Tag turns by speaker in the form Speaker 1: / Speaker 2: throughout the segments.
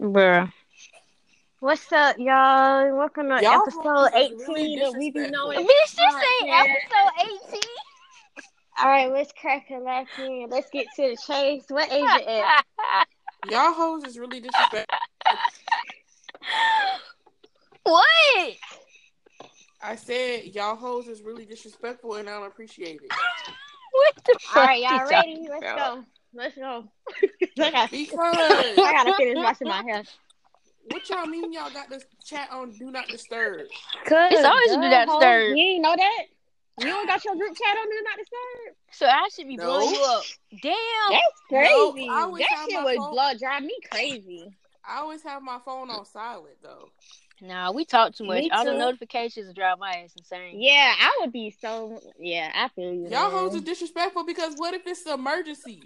Speaker 1: Bruh. What's up, y'all? Welcome to
Speaker 2: Y'all
Speaker 1: episode
Speaker 2: really
Speaker 1: 18 of We Be
Speaker 2: disrespectful.
Speaker 1: Knowing.
Speaker 3: Bitch, this
Speaker 1: Fuck,
Speaker 3: ain't
Speaker 1: yeah.
Speaker 3: episode 18.
Speaker 1: All right, let's crack a laugh in. Let's get to the chase. What age it is?
Speaker 2: Y'all hoes is really disrespectful.
Speaker 3: what?
Speaker 2: I said y'all hoes is really disrespectful, and I don't appreciate it
Speaker 3: What the
Speaker 1: All right, y'all
Speaker 3: fuck?
Speaker 1: ready? Let's
Speaker 2: about?
Speaker 1: go. Let's go. I, gotta, I
Speaker 2: because
Speaker 1: gotta finish washing my hair.
Speaker 2: what y'all mean y'all got this chat on do not disturb.
Speaker 3: It's always
Speaker 1: Good
Speaker 3: do that
Speaker 1: God,
Speaker 3: third.
Speaker 1: You ain't know that? You don't got your group chat on Do Not Disturb?
Speaker 3: So I should be
Speaker 2: No.
Speaker 3: blowing you up. Damn.
Speaker 1: That's
Speaker 2: No,
Speaker 1: crazy.
Speaker 2: I always
Speaker 1: that
Speaker 2: have
Speaker 1: shit
Speaker 2: my
Speaker 1: was
Speaker 2: phone-
Speaker 1: blood drive me crazy.
Speaker 2: I always have my phone on silent though.
Speaker 3: Nah, we talk too much.
Speaker 1: Me
Speaker 3: All the
Speaker 1: too.
Speaker 3: notifications drive my ass insane.
Speaker 1: Yeah, I would be so. Yeah, I feel you. man.
Speaker 2: Y'all hoes is disrespectful because what if it's an emergency?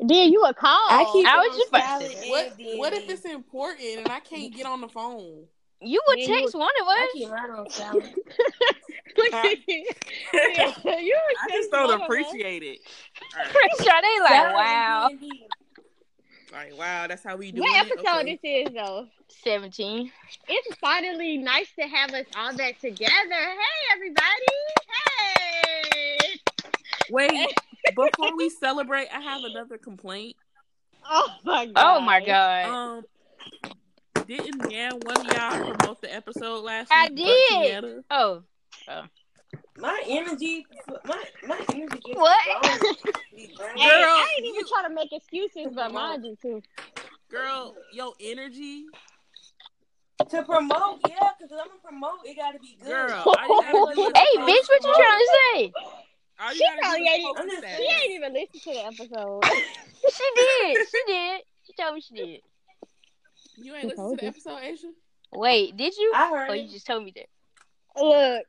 Speaker 1: Then you a call.
Speaker 4: I keep
Speaker 3: I
Speaker 4: it
Speaker 3: was
Speaker 4: on
Speaker 3: just about to
Speaker 4: silent
Speaker 3: say.
Speaker 2: What
Speaker 4: and DND.
Speaker 2: what if it's important and I can't get on the phone?
Speaker 3: You would
Speaker 1: Yeah, you
Speaker 3: text one of
Speaker 4: I
Speaker 3: us.
Speaker 4: keep mine on silent.
Speaker 2: I-
Speaker 1: yeah, you a text one of us.
Speaker 2: it.
Speaker 3: Pretty sure they like,
Speaker 4: Silent
Speaker 3: wow.
Speaker 4: and DND.
Speaker 2: Like wow, that's how we do
Speaker 1: What
Speaker 2: it.
Speaker 1: episode this is though?
Speaker 3: 17.
Speaker 1: It's finally nice to have us all back together. Hey everybody! Hey!
Speaker 2: Wait, before we celebrate, I have another complaint.
Speaker 1: Oh my god!
Speaker 3: Oh my god.
Speaker 2: Um, didn't yeah one of y'all promote the episode last
Speaker 3: I
Speaker 2: week?
Speaker 3: did.
Speaker 2: Tiana?
Speaker 3: Oh.
Speaker 4: My energy, my my energy. gets
Speaker 3: What?
Speaker 4: wrong. Be brain-
Speaker 1: Hey,
Speaker 2: Girl,
Speaker 1: I ain't even
Speaker 2: you-
Speaker 1: trying to make excuses, but mine do too.
Speaker 2: Girl, yo energy,
Speaker 4: To promote, yeah, because I'm gonna promote. It gotta be good.
Speaker 2: girl. I didn't
Speaker 3: Hey,
Speaker 2: do
Speaker 3: bitch,
Speaker 2: it.
Speaker 3: what you trying to say?
Speaker 2: All you
Speaker 1: She
Speaker 2: gotta
Speaker 1: probably
Speaker 2: do is
Speaker 1: ain't-
Speaker 2: post
Speaker 4: I'm just
Speaker 2: that.
Speaker 1: She ain't even listened to the episode.
Speaker 3: She did. She did. She told me she did.
Speaker 2: You ain't listen to the episode, Asia?
Speaker 3: Wait, did you?
Speaker 4: I heard
Speaker 3: Oh, you
Speaker 4: it.
Speaker 3: just told me that.
Speaker 1: Look,
Speaker 4: I heard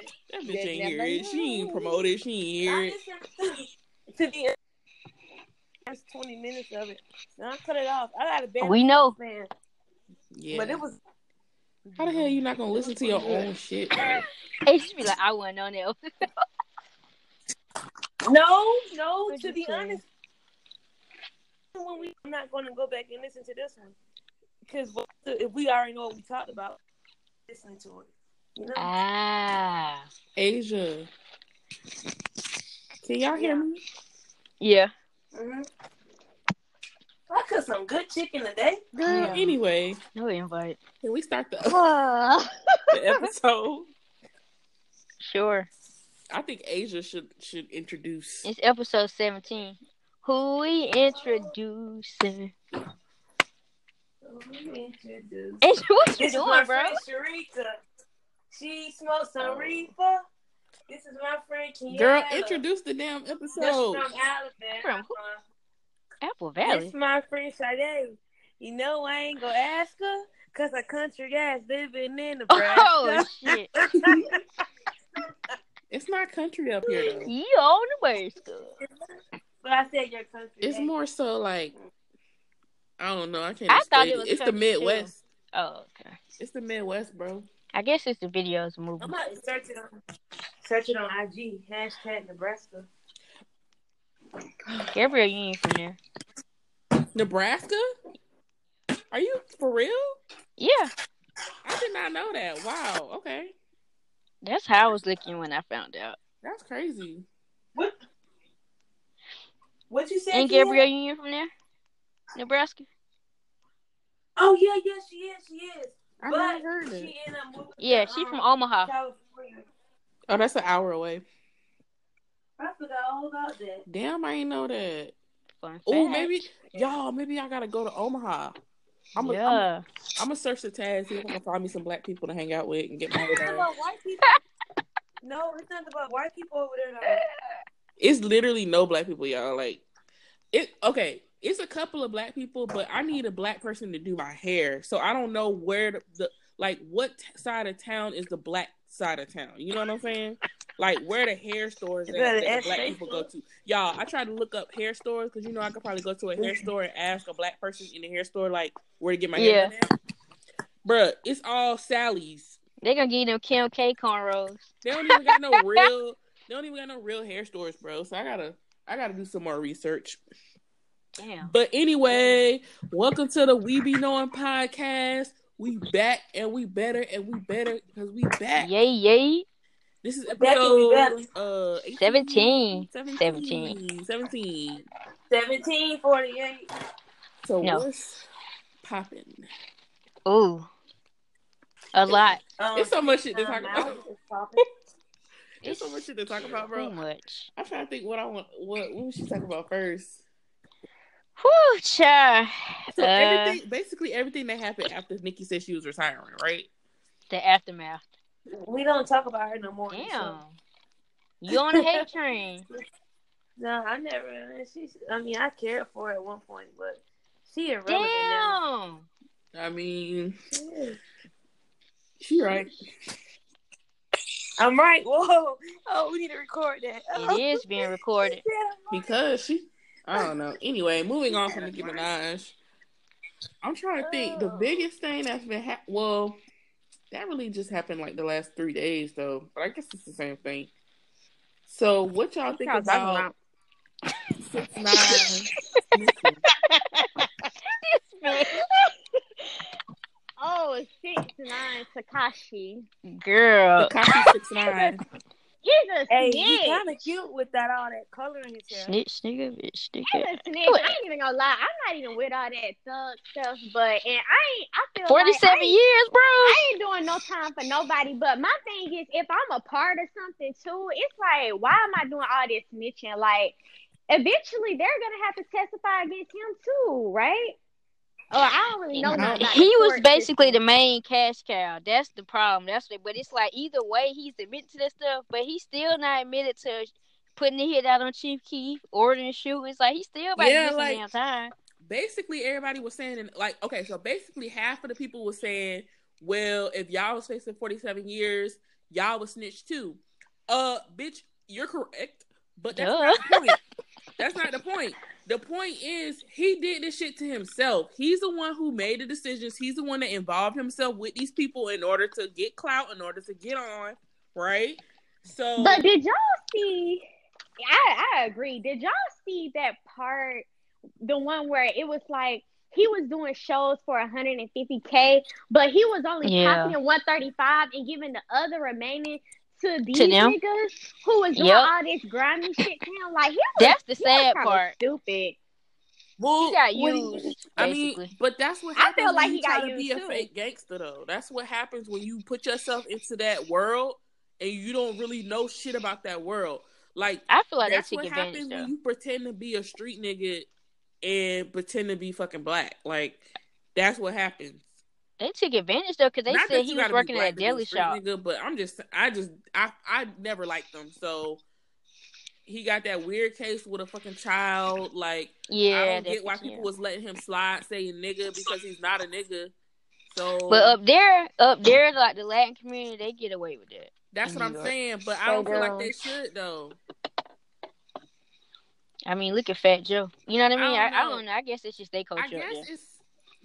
Speaker 4: it.
Speaker 2: That bitch
Speaker 1: Didn't
Speaker 2: ain't
Speaker 1: never
Speaker 2: hear it. She ain't promote it. She ain't hear
Speaker 4: I
Speaker 2: it.
Speaker 4: listened to, to the first 20 minutes of it. Then I cut it off. I got a bad
Speaker 3: We know.
Speaker 4: fan,
Speaker 2: Yeah.
Speaker 4: but it was
Speaker 2: How the hell you not gonna listen to your own shit? bro?
Speaker 3: It should be like, I wasn't on it.
Speaker 4: no, no.
Speaker 3: What'd
Speaker 4: To
Speaker 3: you
Speaker 4: be
Speaker 3: say?
Speaker 4: honest, when we, I'm not gonna go back and listen to this one because if we already know what we talked about, listening to it, you know.
Speaker 3: Ah.
Speaker 2: Asia, can y'all hear me?
Speaker 3: Yeah.
Speaker 4: hmm I cooked some good chicken today.
Speaker 3: Yeah.
Speaker 2: Anyway,
Speaker 3: No invite.
Speaker 2: can we start the,
Speaker 1: Uh,
Speaker 2: the episode?
Speaker 3: Sure.
Speaker 2: I think Asia should should introduce.
Speaker 3: It's episode 17. Who we introducing? And what you
Speaker 4: This is
Speaker 3: doing,
Speaker 4: my
Speaker 3: bro? Oh.
Speaker 4: friend Sharita. She smokes some reefer. This is my friend Kiana.
Speaker 2: Girl, introduce the damn
Speaker 4: This is
Speaker 2: episode.
Speaker 4: from
Speaker 3: From
Speaker 4: Alabama.
Speaker 3: who? Apple
Speaker 4: This
Speaker 3: Valley.
Speaker 4: is my friend Sade. You know I ain't gonna ask her because a country ass living in Nebraska.
Speaker 3: Oh, shit.
Speaker 2: It's not country up here though.
Speaker 3: You on the way school.
Speaker 4: but I said your country.
Speaker 2: It's
Speaker 4: ass.
Speaker 2: more so like I don't know. I can't.
Speaker 3: I thought it
Speaker 2: explain
Speaker 3: was
Speaker 2: It's the
Speaker 3: country, too.
Speaker 2: Midwest.
Speaker 3: Oh, okay.
Speaker 2: It's the Midwest, bro.
Speaker 3: I guess it's the videos movie.
Speaker 4: I'm about to search it on search it on IG hashtag Nebraska.
Speaker 3: Gabriel, you ain't from there.
Speaker 2: Nebraska? Are you for real?
Speaker 3: Yeah.
Speaker 2: I did not know that. Wow. Okay,
Speaker 3: That's how I was looking when I found out.
Speaker 2: that's crazy.
Speaker 4: What you said?
Speaker 3: And
Speaker 4: Kiana?
Speaker 3: Gabriel, you ain't from there? Nebraska?
Speaker 4: Oh yeah, yeah, she is, she is.
Speaker 2: I
Speaker 4: but
Speaker 2: never heard it.
Speaker 4: she ended up moving
Speaker 3: Yeah,
Speaker 4: to,
Speaker 3: she from
Speaker 4: um,
Speaker 3: Omaha.
Speaker 4: California.
Speaker 2: Oh, that's an hour away.
Speaker 4: I forgot all about that.
Speaker 2: Damn, I ain't know that.
Speaker 3: Fun fact.
Speaker 2: Oh, maybe y'all. Maybe I gotta go to Omaha. I'm gonna I'm
Speaker 3: yeah.
Speaker 2: gonna search the tag see if I can find me some black people to hang out with and get my
Speaker 4: It's not
Speaker 2: hair done.
Speaker 4: about white people. No, it's not about white people over there. Though.
Speaker 2: It's literally no black people, y'all. Like it. Okay, it's a couple of black people, but I need a black person to do my hair, so I don't know where the, the like what t- side of town is the black side of town. You know what I'm saying? Like where the hair stores at,
Speaker 4: You better
Speaker 2: that the
Speaker 4: ask
Speaker 2: black
Speaker 4: Facebook.
Speaker 2: people go to. Y'all, I tried to look up hair stores because you know I could probably go to a hair store and ask a black person in the hair store like where to get my hair.
Speaker 3: Yeah.
Speaker 2: done at. Bruh, it's all Sally's.
Speaker 3: They gonna give you them Kim K cornrows.
Speaker 2: They don't even got no real. They don't even got no real hair stores, bro. So I gotta, I gotta do some more research.
Speaker 3: Damn.
Speaker 2: But anyway, welcome to the We Be Knowing podcast. We back and we better and we better because we back.
Speaker 3: Yay, yay.
Speaker 2: This is
Speaker 4: back and we
Speaker 2: episode uh, 18?
Speaker 3: 17.
Speaker 2: 17. 17.
Speaker 4: 1748.
Speaker 2: So
Speaker 3: No.
Speaker 2: what's popping?
Speaker 3: Ooh. A lot.
Speaker 4: Um,
Speaker 2: It's so much shit to talk
Speaker 4: time
Speaker 2: about.
Speaker 4: out is popping.
Speaker 2: There's so much shit to talk about, bro.
Speaker 3: Too much.
Speaker 2: I'm trying to think what I want. What what was she talking about first?
Speaker 3: Whew, child.
Speaker 2: So
Speaker 3: Uh,
Speaker 2: everything, basically everything that happened after Nikki said she was retiring, right?
Speaker 3: The aftermath.
Speaker 4: We don't talk about her no more. so-
Speaker 3: Damn. You on a hate train.
Speaker 4: No, I never. She's. I mean, I cared for her at one point, but she irrelevant now.
Speaker 3: Damn.
Speaker 2: I mean,
Speaker 4: Yeah.
Speaker 2: she right.
Speaker 4: I'm right. Whoa. Oh, we need to record that. Oh.
Speaker 3: It is being recorded.
Speaker 4: Yeah.
Speaker 2: Because she, I don't know. Anyway, moving on from Nicki Minaj, I'm trying to think. The
Speaker 4: Oh.
Speaker 2: biggest thing that's been hap well, that really just happened like the last three days though. But I guess it's the same thing. So what y'all think
Speaker 3: Y'all talking
Speaker 2: about six nine?
Speaker 1: Oh, six nine Takashi.
Speaker 3: Girl.
Speaker 2: Takashi six nine.
Speaker 1: He's a
Speaker 4: Hey, you
Speaker 1: snitch.
Speaker 4: kind of cute with that all that color in his hair.
Speaker 3: Snitch, nigga, bitch,
Speaker 1: He's
Speaker 3: nigga.
Speaker 1: a snitch. I ain't even gonna lie. I'm not even with all that thug stuff, but and I ain't. I feel like
Speaker 3: 47
Speaker 1: I ain't,
Speaker 3: years, bro.
Speaker 1: I ain't doing no time for nobody. But my thing is, if I'm a part of something too, it's like, why am I doing all this snitching? Like, eventually they're gonna have to testify against him too, right? Oh, I don't really know.
Speaker 2: No.
Speaker 1: nothing about
Speaker 3: he
Speaker 1: the
Speaker 3: was
Speaker 1: court
Speaker 3: basically the
Speaker 1: system.
Speaker 3: main cash cow. That's the problem. That's what, but it's like either way, he's admitted to this stuff, but he's still not admitted to putting the hit out on Chief Keef, ordering shootings. Like he's still about
Speaker 2: Yeah,
Speaker 3: to miss
Speaker 2: like-
Speaker 3: like, damn time.
Speaker 2: basically everybody was saying and like okay so basically half of the people was saying well if y'all was facing 47 years y'all was snitched too uh bitch you're correct but that's not the point that's not the point the point is he did this shit to himself he's the one who made the decisions he's the one that involved himself with these people in order to get clout in order to get on right so
Speaker 1: But did y'all see? I I agree. Did y'all see that part? The one where it was like he was doing shows for 150k, but he was only
Speaker 3: Yeah.
Speaker 1: popping in 135 and giving the other remaining to these
Speaker 3: them.
Speaker 1: niggas who was doing
Speaker 3: Yep.
Speaker 1: all this grimy shit to him. Like he was,
Speaker 3: That's the
Speaker 1: he was
Speaker 3: sad
Speaker 1: kinda
Speaker 3: part.
Speaker 1: Stupid.
Speaker 2: well,
Speaker 3: He got
Speaker 2: when-
Speaker 3: used.
Speaker 2: I
Speaker 3: basically.
Speaker 2: mean, but that's what
Speaker 1: I
Speaker 2: happens
Speaker 1: feel
Speaker 2: when
Speaker 1: like
Speaker 2: you
Speaker 1: he
Speaker 2: try
Speaker 1: got
Speaker 2: to be
Speaker 1: used,
Speaker 2: a
Speaker 1: too.
Speaker 2: fake gangster, though. That's what happens when you put yourself into that world and you don't really know shit about that world. Like
Speaker 3: I feel like they
Speaker 2: that's
Speaker 3: took
Speaker 2: what
Speaker 3: advantage
Speaker 2: happens
Speaker 3: though.
Speaker 2: when you pretend to be a street nigga and pretend to be fucking black. Like that's what happens.
Speaker 3: They took advantage though because they
Speaker 2: Not that
Speaker 3: said
Speaker 2: you
Speaker 3: he was
Speaker 2: gotta be
Speaker 3: working
Speaker 2: black
Speaker 3: at a
Speaker 2: to be
Speaker 3: deli
Speaker 2: street
Speaker 3: shop.
Speaker 2: nigga, but I'm just, I just, I, I never liked them. So he got that weird case with a fucking child. Like
Speaker 3: Yeah,
Speaker 2: I don't
Speaker 3: that's
Speaker 2: get why
Speaker 3: what- yeah.
Speaker 2: people was letting him slide saying nigga because he's not a nigga. So
Speaker 3: But up there, up there, like the Latin community, they get away with that.
Speaker 2: that's what
Speaker 3: in
Speaker 2: I'm
Speaker 3: New York.
Speaker 2: saying. But I
Speaker 1: They
Speaker 2: don't feel like
Speaker 1: don't.
Speaker 2: they should though.
Speaker 3: I mean, look at Fat Joe. You know what I mean? I,
Speaker 2: I
Speaker 3: I,
Speaker 2: don't know.
Speaker 3: don't know. I guess it's just they culture.
Speaker 2: I
Speaker 3: up there.
Speaker 2: guess it's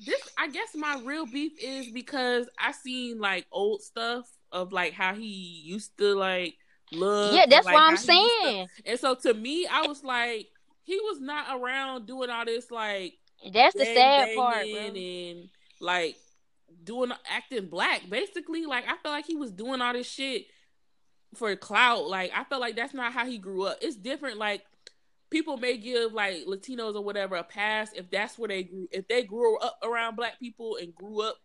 Speaker 2: this. I guess my real beef is because I seen like old stuff of like how he used to like look.
Speaker 3: Yeah,
Speaker 2: and,
Speaker 3: that's
Speaker 2: like,
Speaker 3: what
Speaker 2: how
Speaker 3: I'm
Speaker 2: he used to-
Speaker 3: saying.
Speaker 2: And so to me, I was like, he was not around doing all this like
Speaker 3: That's the sad
Speaker 2: gangbanging
Speaker 3: part, bro.
Speaker 2: and like doing acting black. Basically, like I felt like he was doing all this shit for clout. Like I felt like that's not how he grew up. It's different. Like people may give like Latinos or whatever a pass if that's where they grew. If they grew up around black people and grew up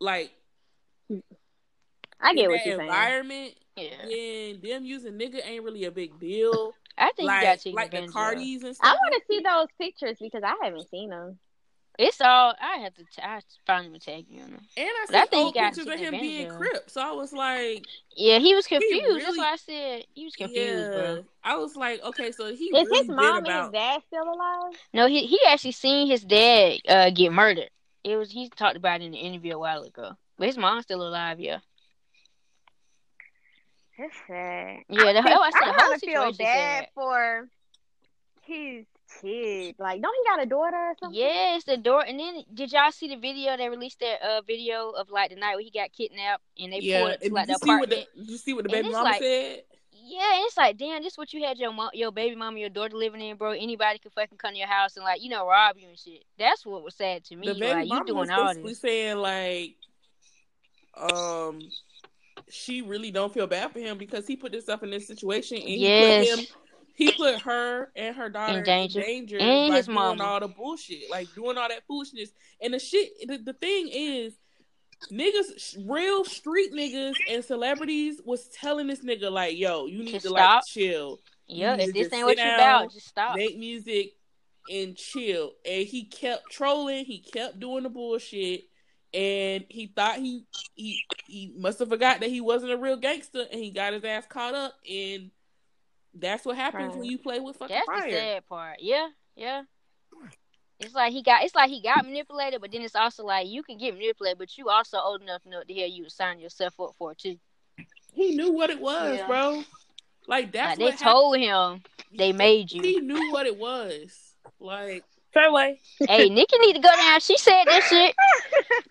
Speaker 2: like
Speaker 1: I get
Speaker 2: in
Speaker 1: what
Speaker 2: that
Speaker 1: you're saying.
Speaker 2: environment,
Speaker 3: Yeah.
Speaker 2: then them using nigga ain't really a big deal.
Speaker 3: I think you got
Speaker 2: Like
Speaker 3: to take
Speaker 2: like the
Speaker 3: advantage of.
Speaker 2: Cardis and
Speaker 1: I
Speaker 2: stuff.
Speaker 1: want to see those pictures because I haven't seen them.
Speaker 3: It's all I have to. T- I find him and tag you on him.
Speaker 2: And I
Speaker 3: But I
Speaker 2: see
Speaker 3: think he
Speaker 2: old
Speaker 3: got
Speaker 2: pictures of
Speaker 3: taken
Speaker 2: him being
Speaker 3: advantage of.
Speaker 2: crip. So I was like,
Speaker 3: Yeah, he was confused. That's
Speaker 2: really-
Speaker 3: why I said he was confused,
Speaker 2: yeah.
Speaker 3: bro.
Speaker 2: I was like, okay, so he
Speaker 1: Is
Speaker 2: really
Speaker 1: his mom and
Speaker 2: been about.
Speaker 1: his dad still alive?
Speaker 3: No, he he actually seen his dad uh get murdered. It was he talked about it in the interview a while ago. But his mom's still alive, yeah.
Speaker 1: That's sad.
Speaker 3: Yeah, the, oh, I said the
Speaker 1: kinda
Speaker 3: whole
Speaker 1: feel
Speaker 3: situation.
Speaker 1: bad
Speaker 3: Sad.
Speaker 1: for his kid. Like, don't he got a daughter or something?
Speaker 3: Yes, the door. And then did y'all see the video? They released that uh video of like the night where he got kidnapped and they
Speaker 2: yeah,
Speaker 3: pulled up to
Speaker 2: and
Speaker 3: like the
Speaker 2: you see what
Speaker 3: apartment.
Speaker 2: the you see what the
Speaker 3: And
Speaker 2: baby
Speaker 3: it's
Speaker 2: mama
Speaker 3: like-
Speaker 2: said.
Speaker 3: yeah, and it's like, damn, this what you had your mo- your baby mama, your daughter living in, bro. Anybody could fucking come to your house and like, you know, rob you and shit. That's what was sad to me.
Speaker 2: the baby
Speaker 3: like, you
Speaker 2: mama was
Speaker 3: doing all
Speaker 2: basically
Speaker 3: this.
Speaker 2: saying like, um, she really don't feel bad for him because he put himself in this situation and he
Speaker 3: Yes.
Speaker 2: put him, he put her and her daughter in danger,
Speaker 3: danger. And
Speaker 2: by
Speaker 3: his
Speaker 2: doing
Speaker 3: mama.
Speaker 2: all the bullshit, like doing all that foolishness. And the shit, the, the thing is, niggas, sh- real street niggas and celebrities was telling this nigga like, yo, you need to,
Speaker 3: To
Speaker 2: like
Speaker 3: stop.
Speaker 2: chill,
Speaker 3: Yeah,
Speaker 2: need to
Speaker 3: if this
Speaker 2: just
Speaker 3: ain't what
Speaker 2: sit
Speaker 3: you
Speaker 2: down,
Speaker 3: about, just stop.
Speaker 2: make music and chill. And he kept trolling. He kept doing the bullshit. And he thought he he he must have forgot that he wasn't a real gangster, and he got his ass caught up. And that's what happens
Speaker 1: Right.
Speaker 2: when you play with fucking
Speaker 3: That's the
Speaker 2: fire.
Speaker 3: sad part. Yeah, yeah. It's like he got. It's like he got manipulated, but then it's also like you can get manipulated, but you also old enough to know what the hell you signed yourself up for too.
Speaker 2: He knew what it was,
Speaker 3: Yeah.
Speaker 2: bro. Like that's
Speaker 3: like they
Speaker 2: what
Speaker 3: told him they made
Speaker 2: happened.
Speaker 3: you.
Speaker 2: He knew what it was. Like
Speaker 4: Fair way.
Speaker 3: hey, Nikki need to go down. She said that shit.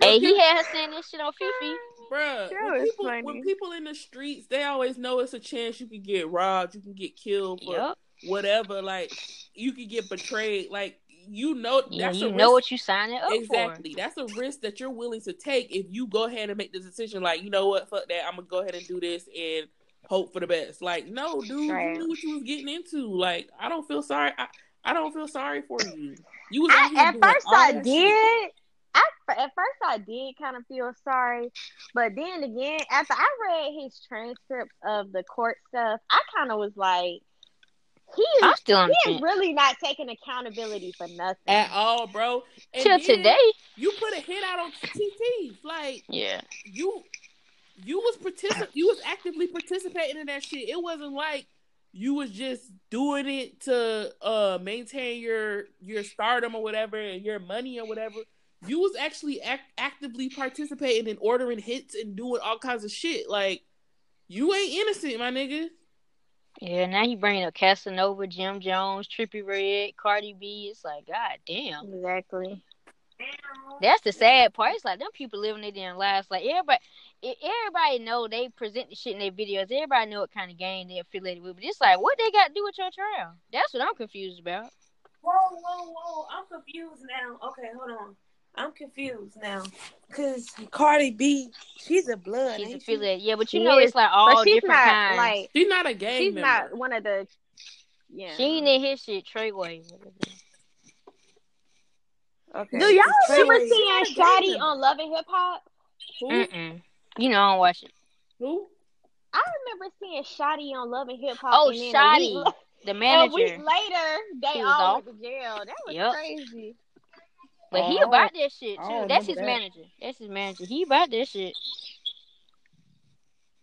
Speaker 3: hey, he had her saying that shit on Fifi.
Speaker 2: Bruh,
Speaker 1: That
Speaker 2: when
Speaker 1: was
Speaker 2: people, when
Speaker 1: funny.
Speaker 2: people in the streets, they always know it's a chance you can get robbed, you can get killed for
Speaker 3: Yep.
Speaker 2: whatever. Like you could get betrayed. Like you know,
Speaker 3: Yeah,
Speaker 2: that's
Speaker 3: you
Speaker 2: a
Speaker 3: know
Speaker 2: risk.
Speaker 3: what you signing up
Speaker 2: exactly. That's a risk that you're willing to take if you go ahead and make the decision. Like you know what, fuck that. I'm gonna go ahead and do this and hope for the best. Like no, dude,
Speaker 1: Right.
Speaker 2: you knew what you was getting into. Like I don't feel sorry. I, I don't feel sorry for you. You was out
Speaker 1: I,
Speaker 2: here
Speaker 1: at
Speaker 2: doing
Speaker 1: first
Speaker 2: all
Speaker 1: I
Speaker 2: that shit.
Speaker 1: did. I at first I did kind of feel sorry, but then again, after I read his transcripts of the court stuff, I kind of was like, he
Speaker 3: for. I'm
Speaker 1: is,
Speaker 3: still on the
Speaker 1: he is
Speaker 3: fence.
Speaker 1: really not taking accountability for nothing.
Speaker 2: at all, bro. And
Speaker 3: Till
Speaker 2: then
Speaker 3: today.
Speaker 2: you put a hit out on TT. Like
Speaker 3: Yeah.
Speaker 2: you you was particip- you was actively participating in that shit. It wasn't like you was just doing it to uh maintain your your stardom or whatever and your money or whatever. You was actually act- actively participating in ordering hits and doing all kinds of shit. Like you ain't innocent, my nigga.
Speaker 3: Yeah, now he bringing up Casanova, Jim Jones, Trippy Red, Cardi B. It's like, god damn.
Speaker 1: Exactly.
Speaker 3: That's the sad part. It's like them people living their damn lives. Like everybody, e- everybody know they present the shit in their videos. Everybody know what kind of gang they affiliated with. But it's like, what they got to do with your trial? That's what I'm confused about.
Speaker 4: Whoa, whoa, whoa. I'm confused now. Okay, hold on. I'm confused now. Because Cardi B, she's a blood.
Speaker 3: She's
Speaker 4: ain't she?
Speaker 3: affiliated, yeah. But you
Speaker 1: She
Speaker 3: know,
Speaker 1: is,
Speaker 3: it's like all
Speaker 1: but she's
Speaker 3: different
Speaker 1: not
Speaker 3: kinds.
Speaker 1: like
Speaker 2: She's not a gang
Speaker 1: she's
Speaker 2: member.
Speaker 1: not one of the. Yeah.
Speaker 3: She ain't in his shit. Treyway.
Speaker 4: Okay.
Speaker 1: Do y'all
Speaker 4: It's
Speaker 1: remember
Speaker 4: crazy.
Speaker 1: seeing
Speaker 2: She's not a gang
Speaker 1: Shotty
Speaker 2: member.
Speaker 1: on Love and Hip Hop?
Speaker 2: Who?
Speaker 3: Mm-mm. You know, I don't watch it.
Speaker 2: Who?
Speaker 1: I remember seeing Shotty on Love and Hip Hop.
Speaker 3: Oh,
Speaker 1: and then a week
Speaker 3: Shoddy,
Speaker 1: la-
Speaker 3: the
Speaker 2: Oh,
Speaker 1: A
Speaker 3: manager.
Speaker 1: week later, they
Speaker 3: He was
Speaker 1: all
Speaker 3: off.
Speaker 1: went to jail. That was
Speaker 3: Yep.
Speaker 1: crazy.
Speaker 3: But he
Speaker 2: Oh, I
Speaker 3: about that shit
Speaker 2: I
Speaker 3: too.
Speaker 2: don't
Speaker 3: That's
Speaker 2: remember
Speaker 3: his
Speaker 2: that.
Speaker 3: manager. That's his manager. He about that shit.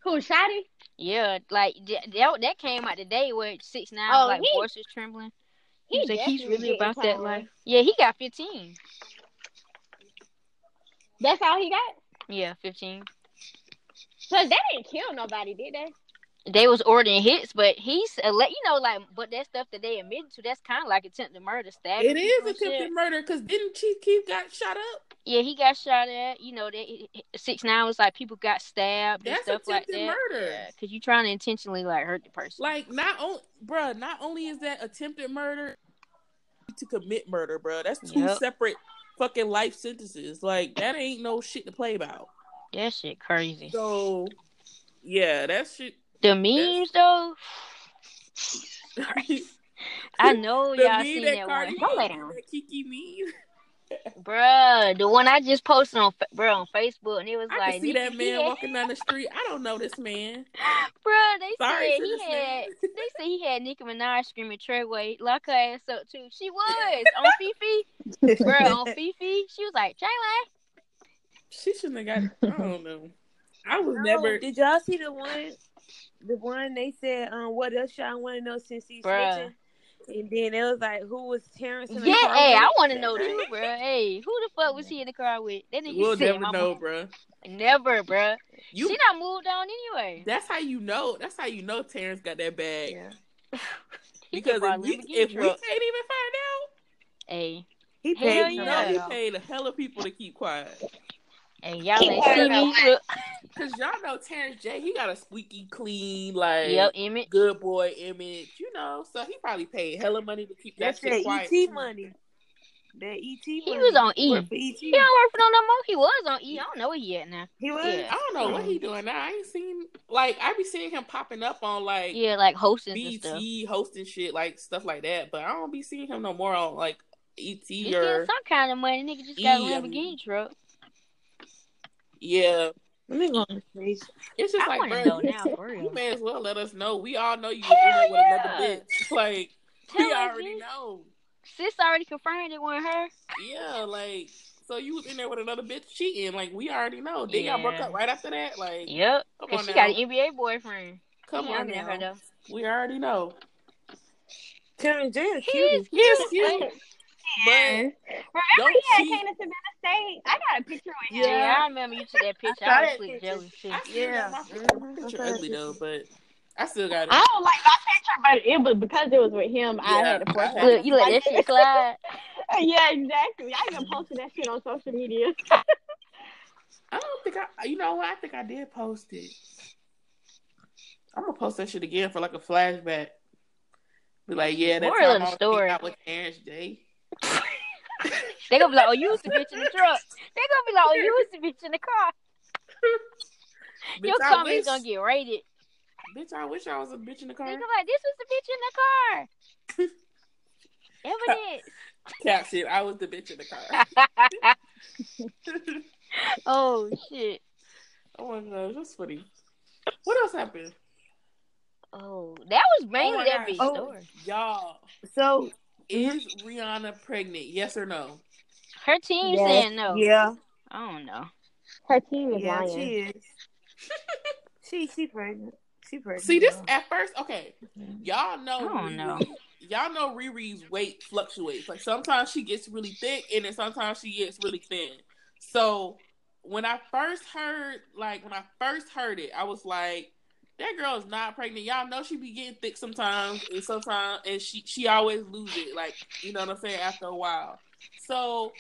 Speaker 1: Who, Shotty?
Speaker 3: Yeah, like th- that, that came out the day where six nine
Speaker 1: Oh,
Speaker 3: like
Speaker 1: he-
Speaker 3: voice was trembling. He, was like, he's
Speaker 1: definitely
Speaker 3: really
Speaker 1: getting
Speaker 3: about that
Speaker 1: time.
Speaker 3: life. Yeah, he got fifteen.
Speaker 1: That's all he got?
Speaker 3: Yeah, fifteen.
Speaker 1: Because they didn't kill nobody, did they?
Speaker 3: They was ordering hits, but he's a let you know like, but that stuff that they admitted to, that's kind of like attempted murder, stabbing.
Speaker 2: It
Speaker 3: people
Speaker 2: is
Speaker 3: and shit.
Speaker 2: attempted murder because didn't Chief Keef got shot up?
Speaker 3: Yeah, he got shot at. You know, that six nine was like people got stabbed
Speaker 2: That's
Speaker 3: and stuff like
Speaker 2: attempted
Speaker 3: that.
Speaker 2: murder.
Speaker 3: because you trying to intentionally like hurt the person.
Speaker 2: Like not only, bruh, not only is that attempted murder, to commit murder, bruh. That's two
Speaker 3: Yep.
Speaker 2: separate fucking life sentences. Like that ain't no shit to play about.
Speaker 3: that shit crazy.
Speaker 2: So yeah, that shit.
Speaker 3: The memes though,
Speaker 2: the
Speaker 3: I know y'all
Speaker 2: meme
Speaker 3: seen
Speaker 2: that
Speaker 3: that
Speaker 2: Cardi
Speaker 3: one,
Speaker 1: Don't lay down.
Speaker 2: that Kiki meme.
Speaker 3: bruh. The one I just posted on, Fa- bruh, on Facebook, and it was
Speaker 2: I
Speaker 3: like,
Speaker 2: can see that
Speaker 3: nigga,
Speaker 2: man
Speaker 3: he had-
Speaker 2: walking down the street. I don't know this man.
Speaker 3: bruh. They
Speaker 2: Sorry
Speaker 3: said
Speaker 2: to
Speaker 3: he
Speaker 2: this
Speaker 3: had,
Speaker 2: man.
Speaker 3: they said he had Nicki Minaj screaming Treyway, lock her ass up too. She was on Fifi, bruh, on Fifi. She was like Treyway.
Speaker 2: She shouldn't have got. I don't know. I was
Speaker 4: No,
Speaker 2: never.
Speaker 4: Did y'all see the one? The one they said, um, what else y'all want to know since he's
Speaker 3: Bruh.
Speaker 4: snitching? And then it was like, who was Terrence? in the
Speaker 3: Yeah,
Speaker 4: car
Speaker 3: hey,
Speaker 4: with?
Speaker 3: I want to know too, bruh. Hey, who the fuck was he in the car with? That nigga
Speaker 2: We'll
Speaker 3: said,
Speaker 2: never
Speaker 3: "Mama,
Speaker 2: know, bruh.
Speaker 3: Never, bruh.
Speaker 2: You
Speaker 3: She not moved on anyway.
Speaker 2: That's how you know. That's how you know Terrence got that bag.
Speaker 3: He could
Speaker 2: Because if,
Speaker 3: probably
Speaker 2: we,
Speaker 3: leave a
Speaker 2: if we
Speaker 3: kid
Speaker 2: can't even find
Speaker 3: truck.
Speaker 2: out,
Speaker 3: Hey,
Speaker 4: He
Speaker 3: Hell
Speaker 4: paid
Speaker 2: you
Speaker 3: yeah.
Speaker 2: know
Speaker 4: somebody.
Speaker 2: you paid a hell of people to keep quiet.
Speaker 3: And y'all
Speaker 1: Keep
Speaker 3: ain't see
Speaker 1: her
Speaker 3: me. Look.
Speaker 2: Cause y'all know Terrence J, he got a squeaky clean, like
Speaker 3: Yep, Emmett.
Speaker 2: good boy image, you know. So he probably paid hella money to keep that
Speaker 4: That's
Speaker 2: shit
Speaker 4: that
Speaker 2: quiet.
Speaker 4: ET E money. That ET money. He
Speaker 3: was on E.
Speaker 4: Worked for ET.
Speaker 3: He don't work for no no more. He was on E. I don't know where he at now.
Speaker 4: He was.
Speaker 3: Yeah.
Speaker 2: I don't know what he doing now. I ain't seen like I be seeing him popping up on like
Speaker 3: Yeah, like hosting and stuff.
Speaker 2: BT hosting shit, like stuff like that. But I don't be seeing him no more on like ET
Speaker 3: He's
Speaker 2: or
Speaker 3: getting some kind of money. Nigga just got a
Speaker 2: E, I mean.
Speaker 3: Lamborghini truck.
Speaker 2: yeah.
Speaker 4: Let me go on the page.
Speaker 2: It's just
Speaker 3: I
Speaker 2: like
Speaker 3: want
Speaker 2: bro,
Speaker 3: to know now for real.
Speaker 2: you may as well let us know. We all know you was
Speaker 3: Hell
Speaker 2: in it with
Speaker 3: yeah.
Speaker 2: another bitch. Like
Speaker 3: Tell
Speaker 2: we
Speaker 3: us,
Speaker 2: already
Speaker 3: bitch.
Speaker 2: know.
Speaker 3: Sis already confirmed it wasn't her.
Speaker 2: Yeah, like so you was in there with another bitch cheating. Like we already know. Then y'all broke
Speaker 3: Yeah.
Speaker 2: up right after that. Like
Speaker 3: Yep.
Speaker 2: come
Speaker 3: Cause
Speaker 2: on
Speaker 3: she
Speaker 2: now,
Speaker 3: got an NBA boyfriend.
Speaker 2: come
Speaker 3: he
Speaker 2: on
Speaker 3: younger than her
Speaker 2: now.
Speaker 3: though.
Speaker 2: We already know.
Speaker 4: Karen J a
Speaker 3: He
Speaker 4: cutie.
Speaker 3: is
Speaker 2: Yes,
Speaker 3: cute.
Speaker 2: yes. But
Speaker 1: Remember
Speaker 2: Don't
Speaker 1: he
Speaker 2: cheat.
Speaker 1: had came to Savannah State? I got a picture with him.
Speaker 3: Yeah. I remember you took that picture.
Speaker 4: saw
Speaker 3: I was
Speaker 4: that
Speaker 3: sleep
Speaker 4: picture.
Speaker 3: jealous too.
Speaker 2: I still yeah.
Speaker 4: Yeah.
Speaker 2: got my
Speaker 3: Mm-hmm.
Speaker 4: Mhm.
Speaker 2: picture
Speaker 4: Okay.
Speaker 2: ugly though, but I still got it.
Speaker 1: I don't like my picture, but it was because it was with him. I
Speaker 2: Yeah,
Speaker 1: had to force
Speaker 2: I
Speaker 1: myself
Speaker 3: Look, you let
Speaker 1: like
Speaker 3: that shit slide.
Speaker 1: yeah, exactly. I even posted that shit on social media.
Speaker 2: I don't think I. You know what? I think I did post it. I'm gonna post that shit again for like a flashback. Be like, yeah, that's
Speaker 3: Moral
Speaker 2: how
Speaker 3: of the
Speaker 2: I was
Speaker 3: story.
Speaker 2: out with Terrence J.
Speaker 3: They gonna be like, oh, you was the bitch in the truck. They gonna be like, oh, you was the bitch in the car. Your
Speaker 2: Bitch, I
Speaker 3: comments
Speaker 2: wish-
Speaker 3: gonna get rated.
Speaker 2: Bitch, I wish I was a bitch in
Speaker 3: They
Speaker 2: the car.
Speaker 3: gonna be like, this was the bitch in the car. Evidence.
Speaker 2: Caption: I was the bitch in the car.
Speaker 3: oh shit.
Speaker 2: oh my gosh, that's funny. What else happened,
Speaker 3: Oh, that was mainly
Speaker 2: my
Speaker 3: that
Speaker 2: gosh.
Speaker 3: bitch
Speaker 4: Oh.
Speaker 3: story.
Speaker 2: y'all?
Speaker 4: So
Speaker 2: Is Rihanna pregnant? Yes or no?
Speaker 3: Her team
Speaker 1: Yes.
Speaker 3: saying no.
Speaker 4: yeah,
Speaker 3: I don't know.
Speaker 1: Her team is
Speaker 4: yeah,
Speaker 1: lying.
Speaker 4: she is. she she pregnant. She pregnant.
Speaker 2: See this at first, okay. Y'all know,
Speaker 3: I don't know.
Speaker 2: Riri- Y'all know Riri's weight fluctuates. Like sometimes she gets really thick, and then sometimes she gets really thin. So when I first heard, like when I first heard it, I was like, "That girl is not pregnant." Y'all know she be getting thick sometimes, and sometimes, and she she always lose it. Like you know what I'm saying? After a while, so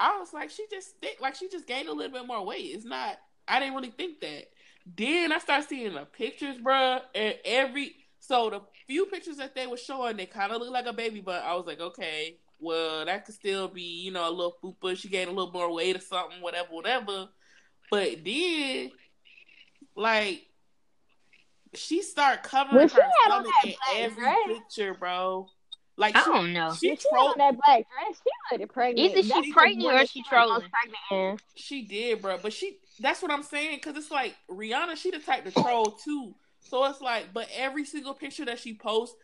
Speaker 2: I was like, "She just thick. Like she just gained a little bit more weight. It's not." I didn't really think that. Then I started seeing the pictures, bruh, and every so the few pictures that they were showing, they kind of looked like a baby, but I was like, okay, well, that could still be, you know, a little fupa. She gained a little more weight or something, whatever, whatever. But then, like, she started covering
Speaker 1: When
Speaker 2: her
Speaker 1: she had on
Speaker 2: stomach
Speaker 1: that
Speaker 2: in
Speaker 1: black
Speaker 2: every
Speaker 1: dress.
Speaker 2: picture, bro. Like,
Speaker 3: I
Speaker 2: she,
Speaker 3: don't know.
Speaker 2: she,
Speaker 1: When she
Speaker 2: troll-
Speaker 1: on that black dress, she looked pregnant.
Speaker 3: Either she
Speaker 1: That's the
Speaker 3: pregnant
Speaker 1: one
Speaker 3: or
Speaker 1: that
Speaker 3: she
Speaker 1: was
Speaker 3: trolling.
Speaker 1: pregnant.
Speaker 2: She did, bro. But she that's what I'm saying. Cause it's like Rihanna, she the type to troll too. So it's like, but every single picture that she posts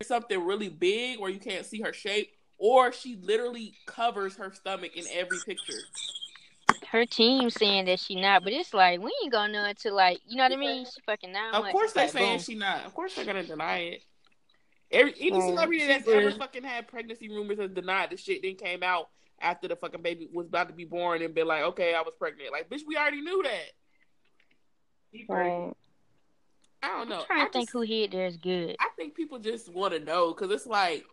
Speaker 2: is something really big where you can't see her shape, or she literally covers her stomach in every picture.
Speaker 3: Her team saying that she not, but it's like we ain't gonna know until like you know what I mean. She fucking nine
Speaker 2: Of
Speaker 3: months.
Speaker 2: course
Speaker 3: It's
Speaker 2: they're
Speaker 3: like,
Speaker 2: saying
Speaker 3: boom.
Speaker 2: she not. Of course they're gonna deny it. Every any
Speaker 4: Right.
Speaker 2: celebrity that's
Speaker 4: She
Speaker 2: ever
Speaker 4: did.
Speaker 2: fucking had pregnancy rumors has denied the shit then came out after the fucking baby was about to be born and been like, okay, I was pregnant. Like, bitch, we already knew that.
Speaker 1: Right.
Speaker 2: I don't know.
Speaker 3: I'm trying
Speaker 2: I
Speaker 3: to think
Speaker 2: just-
Speaker 3: who hit there is good.
Speaker 2: I think people just want to know because it's like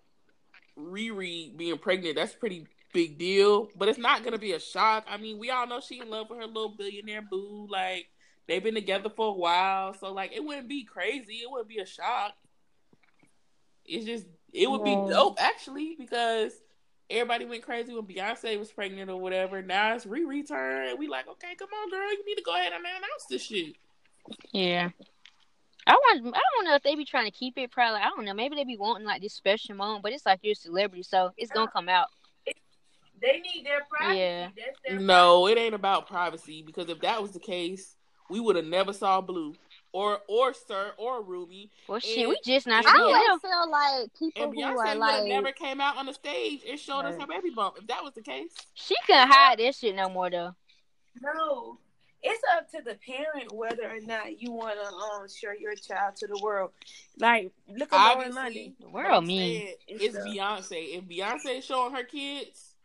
Speaker 2: Riri being pregnant. That's a pretty big deal, but it's not gonna be a shock. I mean, we all know she in love with her little billionaire boo. Like they've been together for a while, so like it wouldn't be crazy. It wouldn't be a shock. It's just it would
Speaker 1: Right.
Speaker 2: be dope actually because everybody went crazy when Beyonce was pregnant or whatever. Now it's Riri turn. We like, okay, come on, girl, you need to go ahead and announce this shit.
Speaker 3: Yeah. I want. I don't know if they be trying to keep it. Probably. I don't know. Maybe they be wanting like this special moment, but it's like you're a celebrity, so it's gonna come out.
Speaker 4: They need their privacy.
Speaker 3: Yeah.
Speaker 4: That's
Speaker 2: No, it ain't about privacy because if that was the case, we would have never saw Blue or or Sir or Ruby,
Speaker 3: Well, shit,
Speaker 2: And-
Speaker 3: we just not
Speaker 2: and-
Speaker 1: I
Speaker 2: Yeah.
Speaker 3: seeing them.
Speaker 1: always feel like people
Speaker 2: and
Speaker 1: who are
Speaker 2: Beyonce would have
Speaker 1: like,
Speaker 2: never came out on the stage and showed us
Speaker 1: Right.
Speaker 2: her baby bump. If that was the case,
Speaker 3: She couldn't hide that shit no more though.
Speaker 4: No, it's up to the parent whether or not you want to um share your child to the world. Like, look at Lauren London.
Speaker 2: obviously,
Speaker 3: The
Speaker 2: what
Speaker 3: world
Speaker 2: I'm
Speaker 3: mean.
Speaker 2: saying,
Speaker 4: It's
Speaker 2: it's
Speaker 4: the-
Speaker 2: Beyonce. If Beyonce is showing her kids,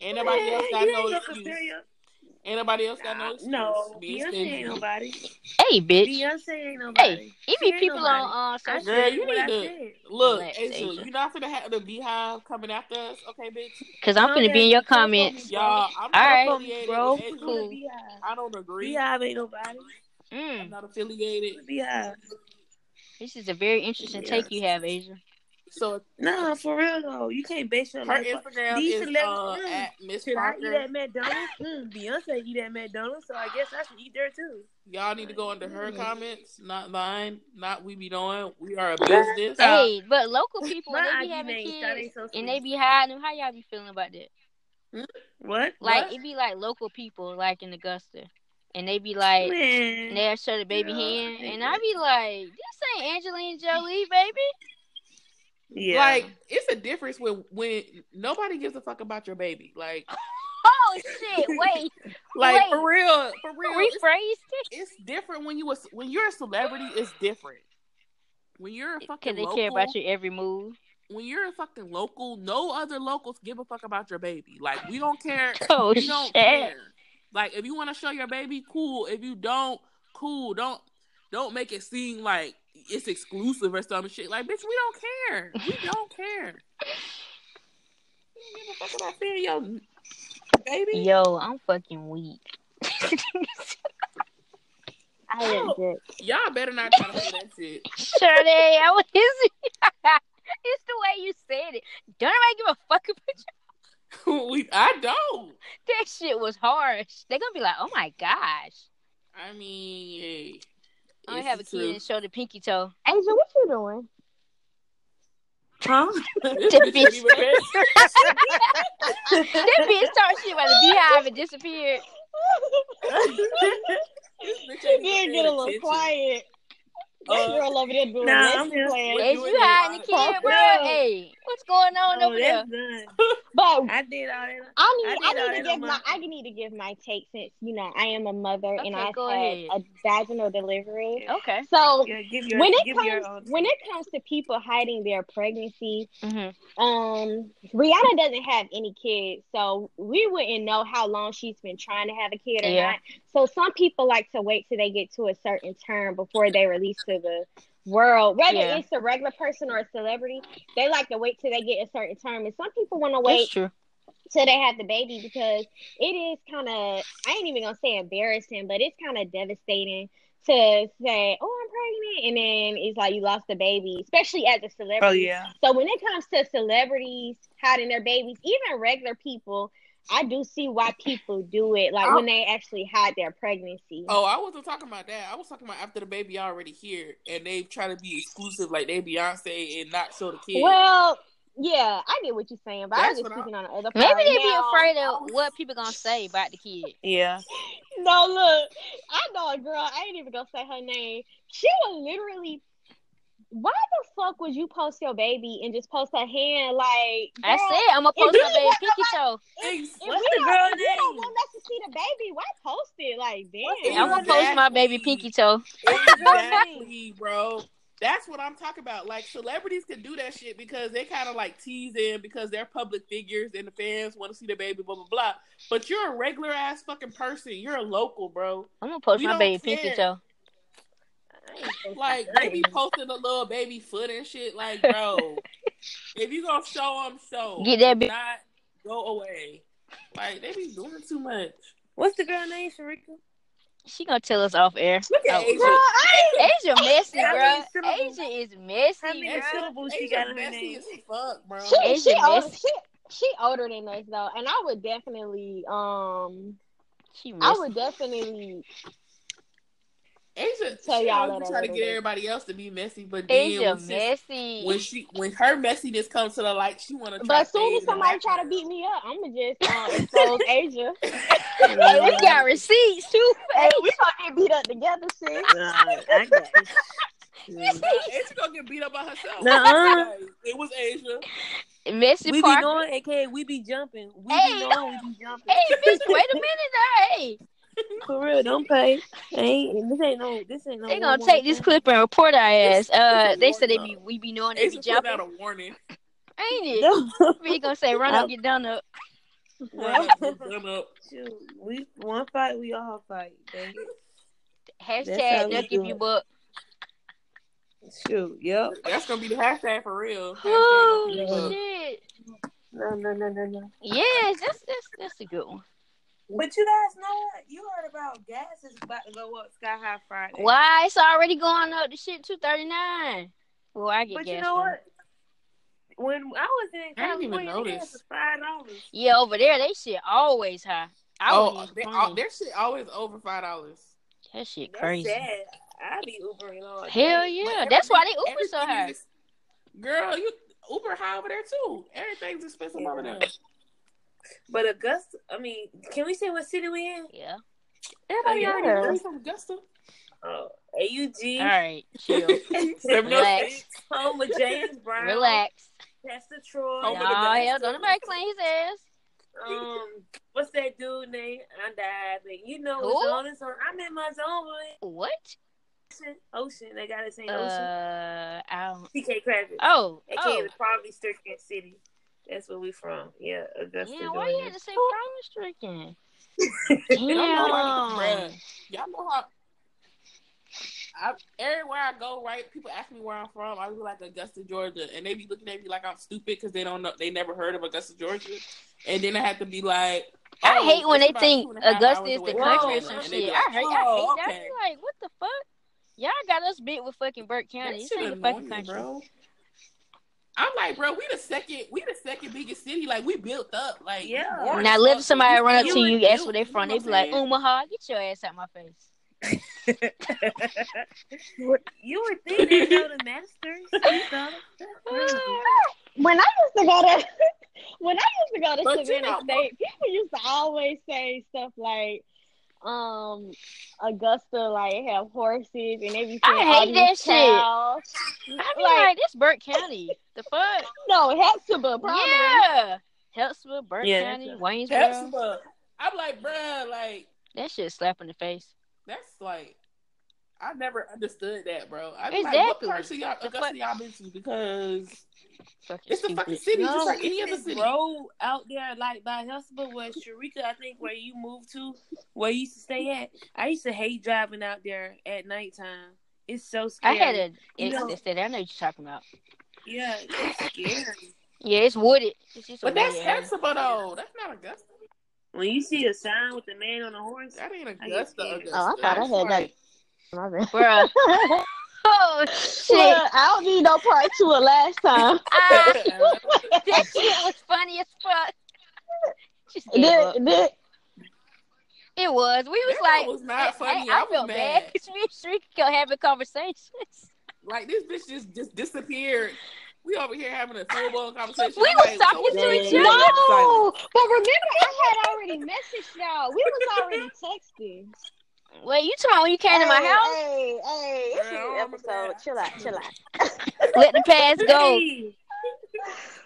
Speaker 2: ain't nobody else got
Speaker 4: You
Speaker 2: no
Speaker 4: ain't gonna
Speaker 2: excuse.
Speaker 4: compare your- Ah,
Speaker 2: Ain't nobody else got no excuse.
Speaker 4: no,
Speaker 2: Being
Speaker 4: Beyonce
Speaker 2: stingy.
Speaker 4: ain't nobody.
Speaker 3: Hey, bitch.
Speaker 4: Beyonce ain't nobody. She
Speaker 3: Even
Speaker 4: ain't
Speaker 3: people
Speaker 4: nobody.
Speaker 3: on uh,
Speaker 4: I
Speaker 3: social
Speaker 2: Girl,
Speaker 4: said
Speaker 2: you
Speaker 4: what
Speaker 2: need
Speaker 4: I
Speaker 2: to-
Speaker 4: said.
Speaker 2: Look,
Speaker 3: Relax,
Speaker 2: Asia,
Speaker 3: Asia.
Speaker 2: you not finna have the beehive coming after us, okay, bitch?
Speaker 3: because I'm
Speaker 4: Come
Speaker 3: finna
Speaker 4: at
Speaker 3: be in
Speaker 4: me,
Speaker 3: your
Speaker 4: come for me,
Speaker 3: comments.
Speaker 4: bro.
Speaker 2: Y'all, I'm
Speaker 3: All
Speaker 2: not
Speaker 3: right.
Speaker 2: affiliated
Speaker 4: Bro,
Speaker 2: with Asia.
Speaker 4: who the
Speaker 3: Cool.
Speaker 4: Beehive?
Speaker 2: I don't agree.
Speaker 4: Beehive ain't nobody.
Speaker 2: I'm
Speaker 3: Mm,
Speaker 2: not
Speaker 4: Who
Speaker 2: affiliated.
Speaker 4: the Beehive?
Speaker 3: this is a very interesting
Speaker 4: Yeah.
Speaker 3: take you have, Asia.
Speaker 2: So
Speaker 4: Nah, for real though, you can't base your
Speaker 2: her
Speaker 4: life. off-
Speaker 2: Instagram
Speaker 4: These
Speaker 2: is
Speaker 4: celebrities-
Speaker 2: uh,
Speaker 4: mm.
Speaker 2: at Miss
Speaker 4: Should I eat
Speaker 2: Parker.
Speaker 4: at McDonald's? Mm, Beyonce eat at McDonald's, so I guess I should eat there too.
Speaker 2: Y'all need to go under her
Speaker 3: Mm-hmm.
Speaker 4: Mm.
Speaker 2: comments, not mine, not we be doing. We are a business.
Speaker 4: Stop.
Speaker 3: Hey, but local people, when
Speaker 4: My
Speaker 3: they
Speaker 4: IG
Speaker 3: be having
Speaker 4: name, that
Speaker 3: kids
Speaker 4: ain't so sweet.
Speaker 3: and they be hiding them, how y'all be feeling about that?
Speaker 4: what?
Speaker 3: Like,
Speaker 2: What?
Speaker 3: it be like local people, like in Augusta, and they be like,
Speaker 4: Man,
Speaker 3: and they'll show the baby
Speaker 4: Yeah,
Speaker 3: hand,
Speaker 4: I
Speaker 3: and
Speaker 4: hate
Speaker 3: I be like, this ain't Angelina Jolie, baby.
Speaker 4: yeah.
Speaker 2: Like it's a difference when when nobody gives a fuck about your baby. Like
Speaker 3: Oh, shit, wait.
Speaker 2: like
Speaker 3: Wait.
Speaker 2: for
Speaker 4: Oh,
Speaker 2: real, for real. It's,
Speaker 3: Rephrase this.
Speaker 2: it's different when you a, when you're a celebrity. It's different when you're a fucking
Speaker 3: Because they
Speaker 2: local.
Speaker 3: care about your every move.
Speaker 2: When you're a fucking local, no other locals give a fuck about your baby. Like we don't care.
Speaker 3: Oh,
Speaker 2: We don't
Speaker 3: shit.
Speaker 2: care. Like if you want to show your baby, cool. If you don't, cool. Don't don't make it seem like it's exclusive or some shit. Like bitch, we don't care. We don't care. You don't give a fuck about feeding your baby.
Speaker 3: Yo, I'm fucking weak. I am good.
Speaker 2: Y'all better not try to do that shit.
Speaker 3: Sade, I was It's the way you said it. Don't nobody give a fuck about you.
Speaker 2: we, I don't.
Speaker 3: That shit was harsh. They're gonna be like, oh my gosh.
Speaker 2: I mean, hey,
Speaker 3: I don't
Speaker 2: it's
Speaker 3: have
Speaker 2: the
Speaker 3: a kid and
Speaker 2: truth.
Speaker 3: show the pinky toe.
Speaker 1: Asia, what you doing?
Speaker 2: Huh? this bitch ain't even ready.
Speaker 3: That bitch talked shit about the beehive and disappeared.
Speaker 2: This bitch
Speaker 1: She
Speaker 2: ain't
Speaker 1: did get
Speaker 2: even paying
Speaker 1: a little
Speaker 2: attention.
Speaker 1: quiet. That
Speaker 2: Uh,
Speaker 1: girl over there doing
Speaker 4: nah,
Speaker 1: lesson
Speaker 4: I'm just-
Speaker 1: plans.
Speaker 2: Wait.
Speaker 3: Is
Speaker 2: doing
Speaker 3: you
Speaker 2: it
Speaker 3: hiding the
Speaker 2: on-
Speaker 3: kid, bro?
Speaker 4: Fuck no.
Speaker 3: Hey, what's going on
Speaker 4: oh,
Speaker 3: over there?
Speaker 4: that's done.
Speaker 1: But
Speaker 4: I did all that.
Speaker 1: I need
Speaker 4: I
Speaker 1: I,
Speaker 4: did all
Speaker 1: need to
Speaker 4: that
Speaker 1: give
Speaker 4: on
Speaker 1: my
Speaker 4: my-
Speaker 1: I need to give my take since you know I am a mother
Speaker 3: Okay,
Speaker 1: and I've
Speaker 3: go
Speaker 1: had
Speaker 3: ahead.
Speaker 1: a vaginal delivery.
Speaker 3: Okay.
Speaker 1: So
Speaker 4: Yeah, give your,
Speaker 1: when
Speaker 4: give
Speaker 1: it
Speaker 4: your um, own
Speaker 1: comes when it comes to people hiding their pregnancy,
Speaker 3: hmm
Speaker 1: um, Rihanna doesn't have any kids, so we wouldn't know how long she's been trying to have a kid or
Speaker 3: Yeah.
Speaker 1: not. So some people like to wait till they get to a certain term before they release to the world. Whether
Speaker 3: Yeah.
Speaker 1: it's a regular person or a celebrity, they like to wait till they get a certain term, and some people want to wait
Speaker 3: That's true.
Speaker 1: till they have the baby because it is kind of I ain't even gonna say embarrassing, but it's kind of devastating to say, "Oh, I'm pregnant," and then it's like you lost the baby, especially as a celebrity.
Speaker 4: Oh yeah.
Speaker 1: So when it comes to celebrities hiding their babies, even regular people, I do see why people do it, like when they actually hide their pregnancy.
Speaker 2: Oh, I wasn't talking about that. I was talking about after the baby already here, and they try to be exclusive, like they Beyonce, and not show the kid.
Speaker 1: Well, yeah, I get what you're saying, but I was
Speaker 2: That's
Speaker 1: just
Speaker 2: what I-
Speaker 1: speaking on the other.
Speaker 3: Maybe
Speaker 1: part.
Speaker 3: they be
Speaker 1: Now-
Speaker 3: afraid of what people gonna say about the kid.
Speaker 4: Yeah.
Speaker 1: No, look, I know a girl. I ain't even gonna say her name. She was literally. Why the fuck would you post your baby and just post her hand like?
Speaker 3: I
Speaker 1: girl,
Speaker 3: said I'm gonna
Speaker 1: If
Speaker 3: post
Speaker 1: you
Speaker 3: my baby
Speaker 1: want
Speaker 3: pinky toe.
Speaker 1: If we
Speaker 4: What's the
Speaker 1: don't,
Speaker 4: girl
Speaker 1: if you don't
Speaker 4: name?
Speaker 1: want us to see the baby, why post it? Like,
Speaker 4: What's the
Speaker 1: damn.
Speaker 3: I'm gonna post my baby pinky toe.
Speaker 2: Exactly, bro. That's what I'm talking about. Like celebrities can do that shit because they kind of like teasing because they're public figures and the fans want to see the baby, blah blah blah. But you're a regular ass fucking person. You're a local, bro.
Speaker 3: I'm gonna post
Speaker 2: We
Speaker 3: my
Speaker 2: don't
Speaker 3: baby
Speaker 2: care.
Speaker 3: pinky toe.
Speaker 2: Like they be posting a little baby foot and shit. Like, bro, if you gonna show them, show.
Speaker 3: Get that
Speaker 2: Do
Speaker 3: bitch.
Speaker 2: Not go away. Like they be doing too much.
Speaker 4: What's the girl name, Sharika?
Speaker 3: She gonna tell us off air.
Speaker 2: Look at
Speaker 3: Oh,
Speaker 2: Asia.
Speaker 1: Girl, I ain't-
Speaker 3: Asia messy,
Speaker 4: How
Speaker 3: bro.
Speaker 4: many syllables?
Speaker 3: Asia is
Speaker 4: How
Speaker 3: messy,
Speaker 4: many
Speaker 3: bro.
Speaker 4: syllables she
Speaker 2: Asia
Speaker 4: got in her
Speaker 2: messy
Speaker 4: name?
Speaker 2: as fuck, bro.
Speaker 1: she she
Speaker 3: Asian
Speaker 1: older
Speaker 3: miss.
Speaker 1: she she older than us though, and I would definitely um
Speaker 3: She
Speaker 1: I
Speaker 3: messy.
Speaker 1: would definitely
Speaker 2: Asia,
Speaker 1: Tell
Speaker 2: she
Speaker 1: y'all that a
Speaker 2: always try to
Speaker 1: little
Speaker 2: get
Speaker 1: bit.
Speaker 2: everybody else to be messy, but then
Speaker 3: Asia
Speaker 2: when, she- when
Speaker 3: messy.
Speaker 2: she when her messiness comes to the light, she want to.
Speaker 1: But as soon as somebody try to beat me up, I'm gonna just um, expose Asia.
Speaker 3: Hey, we got receipts too.
Speaker 1: hey, we gonna get beat up together, sis.
Speaker 4: Nah, I got this.
Speaker 2: Asia gonna get beat up by herself.
Speaker 4: Nuh-uh.
Speaker 2: Like, it was Asia.
Speaker 3: Messy
Speaker 4: We be
Speaker 3: Parker.
Speaker 4: going, aka we be jumping. We
Speaker 3: Hey.
Speaker 4: be going, we be jumping.
Speaker 3: Hey, bitch, wait a minute, though. Hey,
Speaker 4: For real, don't pay. Ain't this ain't no this ain't no.
Speaker 3: they
Speaker 4: one
Speaker 3: gonna take
Speaker 4: woman
Speaker 3: this
Speaker 4: thing.
Speaker 3: clip and report our ass.
Speaker 2: It's-
Speaker 3: Uh,
Speaker 2: it's a
Speaker 3: they said they
Speaker 2: warning,
Speaker 3: be we be knowing they be
Speaker 2: Asia put
Speaker 3: jumping,
Speaker 2: out a warning.
Speaker 3: ain't it?
Speaker 4: No.
Speaker 3: We gonna say run up,
Speaker 4: Out.
Speaker 3: get done up.
Speaker 2: Run up, run up.
Speaker 4: Shoot, we one fight, we all fight. Dang it. That's how
Speaker 3: Hashtag
Speaker 4: we
Speaker 3: Nuck
Speaker 4: do
Speaker 3: if you
Speaker 4: it.
Speaker 3: buck.
Speaker 4: Shoot, yep.
Speaker 2: That's gonna be the hashtag for real. Hashtag
Speaker 3: Oh
Speaker 2: Nuck
Speaker 3: shit!
Speaker 4: No, no, no, no, no.
Speaker 3: Yes, that's that's that's a good one.
Speaker 4: But you guys know what? You heard about gas is about to go up sky high Friday.
Speaker 3: Why it's already going up to shit two thirty nine. Well, I get
Speaker 4: But
Speaker 3: gas.
Speaker 4: you know
Speaker 3: from-
Speaker 4: what? When I was in
Speaker 2: I didn't even
Speaker 4: California, the gas
Speaker 2: notice.
Speaker 4: was five dollars.
Speaker 3: Yeah, over there they shit always high. I
Speaker 2: Oh,
Speaker 3: oh,
Speaker 2: they, all, their shit always over five dollars.
Speaker 3: that shit
Speaker 4: That's
Speaker 3: crazy.
Speaker 4: sad. I be Ubering all day.
Speaker 3: Hell yeah, that's why they Uber so high.
Speaker 2: Girl, you Uber high over there too. Everything's expensive over there.
Speaker 4: But Augusta, I mean, can we say what city we in?
Speaker 3: Yeah.
Speaker 1: Oh,
Speaker 2: Everybody
Speaker 4: Yeah.
Speaker 2: already knows from Augusta.
Speaker 4: Oh, AUG,
Speaker 3: All right, chill,
Speaker 2: Seven oh
Speaker 3: Relax.
Speaker 2: six.
Speaker 4: home with James Brown,
Speaker 3: relax.
Speaker 4: Pastor Troy.
Speaker 2: Home
Speaker 3: Nah,
Speaker 2: with the guys.
Speaker 3: hell, don't nobody clean his ass.
Speaker 4: um, what's that dude name? I died, but you know
Speaker 3: Who?
Speaker 4: it's on. It's on. I'm in my zone with
Speaker 3: What?
Speaker 4: Ocean. Ocean. They gotta say
Speaker 3: Uh,
Speaker 4: Ocean.
Speaker 3: I don't.
Speaker 4: TK Kravitz.
Speaker 3: Oh,
Speaker 4: AKA
Speaker 3: oh.
Speaker 4: the probably stricken city. That's where we from. Yeah, Augusta.
Speaker 3: Yeah, why you
Speaker 4: Georgia.
Speaker 3: had to say promise drinking?
Speaker 2: I'm not like,
Speaker 3: Damn.
Speaker 2: bruh, y'all know how. I, everywhere I go, right, people ask me where I'm from. I be like Augusta, Georgia, and they be looking at me like I'm stupid because they don't know, they never heard of Augusta, Georgia, and then I have to be like,
Speaker 3: I
Speaker 2: oh,
Speaker 3: hate when
Speaker 2: it's
Speaker 3: they
Speaker 2: about
Speaker 3: think
Speaker 2: two and a half
Speaker 3: Augusta
Speaker 2: hours
Speaker 3: is
Speaker 2: away
Speaker 3: the
Speaker 2: from
Speaker 3: country or
Speaker 2: Atlanta.
Speaker 3: some
Speaker 2: And they be
Speaker 3: shit.
Speaker 2: like,
Speaker 3: I hate,
Speaker 2: oh,
Speaker 3: I hate that.
Speaker 2: okay.
Speaker 3: I'm like, what the fuck? Y'all got us bit with fucking Burke County. This
Speaker 2: That shit
Speaker 3: ain't the fucking
Speaker 2: annoying,
Speaker 3: country.
Speaker 2: bro. I'm like, bro, we the second, we the second biggest city. Like, we built up. Like,
Speaker 4: Yeah.
Speaker 2: we born
Speaker 3: Now, let
Speaker 2: up,
Speaker 3: somebody
Speaker 2: we
Speaker 3: run up
Speaker 2: built-
Speaker 3: to you, ask where they
Speaker 2: built,
Speaker 3: from. They
Speaker 2: you know
Speaker 3: be like, "Oh,
Speaker 2: what I'm
Speaker 3: Omaha, get your ass out my face.
Speaker 4: you would think they know the masters. You know?
Speaker 1: When I used to go to when I used to go to
Speaker 2: But you
Speaker 1: Savannah
Speaker 2: know-
Speaker 1: State, people used to always say stuff like, um, Augusta like have horses and they be saying
Speaker 3: I
Speaker 1: all
Speaker 3: hate
Speaker 1: these
Speaker 3: that shit.
Speaker 1: cows.
Speaker 3: I be
Speaker 1: Like-
Speaker 3: like, this Burke County. The fuck?
Speaker 1: No, it has to be probably.
Speaker 3: Yeah. Helpsville, Burke
Speaker 4: Yeah,
Speaker 3: County,
Speaker 4: that's
Speaker 2: saying?
Speaker 3: Waynesboro.
Speaker 2: Hellsburg. I'm like, bruh, like
Speaker 3: That shit slap in the face.
Speaker 2: that's like, I never understood that, bro. I be like, what
Speaker 3: Exactly.
Speaker 2: part of y'all,
Speaker 3: The
Speaker 2: Augusta
Speaker 3: fuck-
Speaker 2: y'all been to? Because
Speaker 3: Fucking
Speaker 2: it's the
Speaker 3: stupid.
Speaker 2: fucking city,
Speaker 4: No,
Speaker 2: just like any
Speaker 4: it's
Speaker 2: other
Speaker 4: this
Speaker 2: city.
Speaker 4: road out there, like by Hesper, where Sharika, I think, where you moved to, where you used to stay at. I used to hate driving out there at nighttime. It's so
Speaker 3: I
Speaker 4: scary.
Speaker 3: had an
Speaker 4: You know-
Speaker 3: instance that I know what you're talking about.
Speaker 4: yeah, it's scary.
Speaker 3: Yeah, it's wooded. It's just a
Speaker 2: But that's
Speaker 3: wooded area.
Speaker 2: Hexable though. That's not Augusta.
Speaker 4: When you see a sign with a man on a horse,
Speaker 2: That ain't
Speaker 4: I
Speaker 2: Augusta.
Speaker 4: get
Speaker 2: Augusta.
Speaker 4: scared.
Speaker 1: Oh, I thought I had that. My bad.
Speaker 3: Bruh. Oh, shit.
Speaker 1: Well, I don't need no part two of last time.
Speaker 3: Ah, that shit was funny as fuck. Just gave
Speaker 1: Then-
Speaker 3: up.
Speaker 1: then-
Speaker 3: It was. We was
Speaker 2: That
Speaker 3: like,
Speaker 2: was not
Speaker 3: I-
Speaker 2: funny.
Speaker 3: I,
Speaker 2: I
Speaker 3: I
Speaker 2: was
Speaker 3: felt
Speaker 2: mad.
Speaker 3: bad because me and Shrika having conversations.
Speaker 2: Like this bitch just just disappeared. We over here having a full blown conversation.
Speaker 3: We
Speaker 2: I'm
Speaker 3: was
Speaker 2: like,
Speaker 3: talking
Speaker 2: what
Speaker 3: to
Speaker 2: you
Speaker 3: each
Speaker 2: doing?
Speaker 3: other.
Speaker 1: no, but remember, I had already messaged y'all. We was already texting.
Speaker 3: Wait, you talking about when you came to my
Speaker 1: Hey,
Speaker 3: house?
Speaker 1: Hey, hey, it's
Speaker 2: Girl,
Speaker 1: a new
Speaker 2: I'm
Speaker 1: episode.
Speaker 2: back.
Speaker 1: Chill out, chill out. oh.
Speaker 3: Let the past go.
Speaker 4: Hey,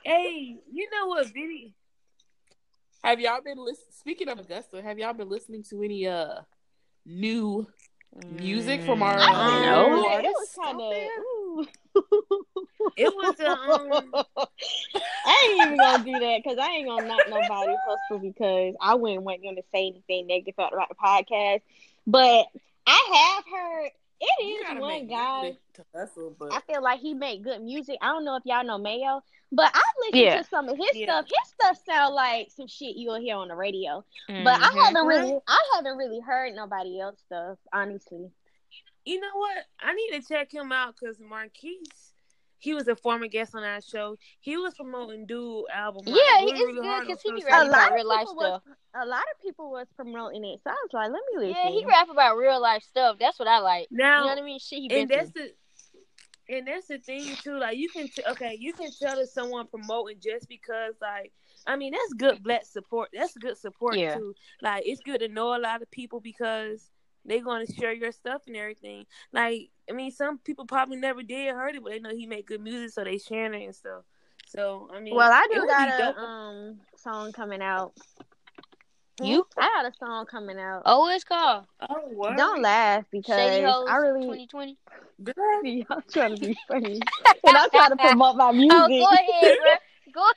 Speaker 4: hey, you know what video?
Speaker 2: Have y'all been listening? Speaking of Augusta, have y'all been listening to any uh new? Music from our-
Speaker 1: I
Speaker 3: Mm,
Speaker 1: don't
Speaker 3: no.
Speaker 1: know.
Speaker 2: Lord,
Speaker 1: It was
Speaker 2: it's so
Speaker 1: kind
Speaker 2: bad.
Speaker 1: of.
Speaker 4: It was um,
Speaker 1: I ain't even gonna do that because I ain't gonna knock nobody hustle because I wouldn't want them to say anything negative about the podcast. But I have heard it
Speaker 2: You
Speaker 1: is
Speaker 2: gotta
Speaker 1: one
Speaker 2: make
Speaker 1: guy.
Speaker 2: music to hustle, but
Speaker 1: I feel like he made good music. I don't know if y'all know Mayo, but I listened
Speaker 3: Yeah.
Speaker 1: to some of his
Speaker 4: Yeah.
Speaker 1: stuff. His stuff sound like some shit you'll hear on the radio. But
Speaker 3: Mm-hmm.
Speaker 1: I haven't really, I haven't really heard nobody else stuff, honestly.
Speaker 4: you know what? I need to check him out because Marquise, he was a former guest on our show. He was promoting dude album.
Speaker 3: Yeah,
Speaker 4: Mm. Like,
Speaker 3: he-
Speaker 4: really,
Speaker 3: it's
Speaker 4: really
Speaker 3: good
Speaker 4: hard on
Speaker 3: 'cause he be
Speaker 4: social
Speaker 3: rapping
Speaker 1: A
Speaker 4: media.
Speaker 1: lot
Speaker 3: about
Speaker 1: of
Speaker 3: real life
Speaker 1: people was-
Speaker 3: stuff.
Speaker 1: A lot of people was promoting it, so I was like, let me listen.
Speaker 3: Yeah, he rap about real life stuff. That's what I like.
Speaker 4: Now,
Speaker 3: you know what I mean? Shit, he been
Speaker 4: and that's
Speaker 3: through.
Speaker 4: the and that's the thing too. Like you can t- okay, you can tell that someone promoting just because like I mean that's good black support. That's good support
Speaker 3: Yeah.
Speaker 4: too. Like it's good to know a lot of people because they're going to share your stuff and everything. Like I mean, some people probably never did heard it, but they know he made good music, so they sharing it and stuff. So I mean,
Speaker 1: Well, I
Speaker 4: it
Speaker 1: do
Speaker 4: would be
Speaker 1: got
Speaker 4: dope.
Speaker 1: a um song coming out. Hmm?
Speaker 3: You?
Speaker 1: I got a song coming out.
Speaker 3: Oh, it's called
Speaker 4: oh word.
Speaker 1: Don't laugh because
Speaker 3: Shady Hoes
Speaker 1: I really
Speaker 3: 2020.
Speaker 2: girl,
Speaker 1: y'all trying to be funny and I'm trying to promote my music.
Speaker 3: Oh, go ahead, bro. Go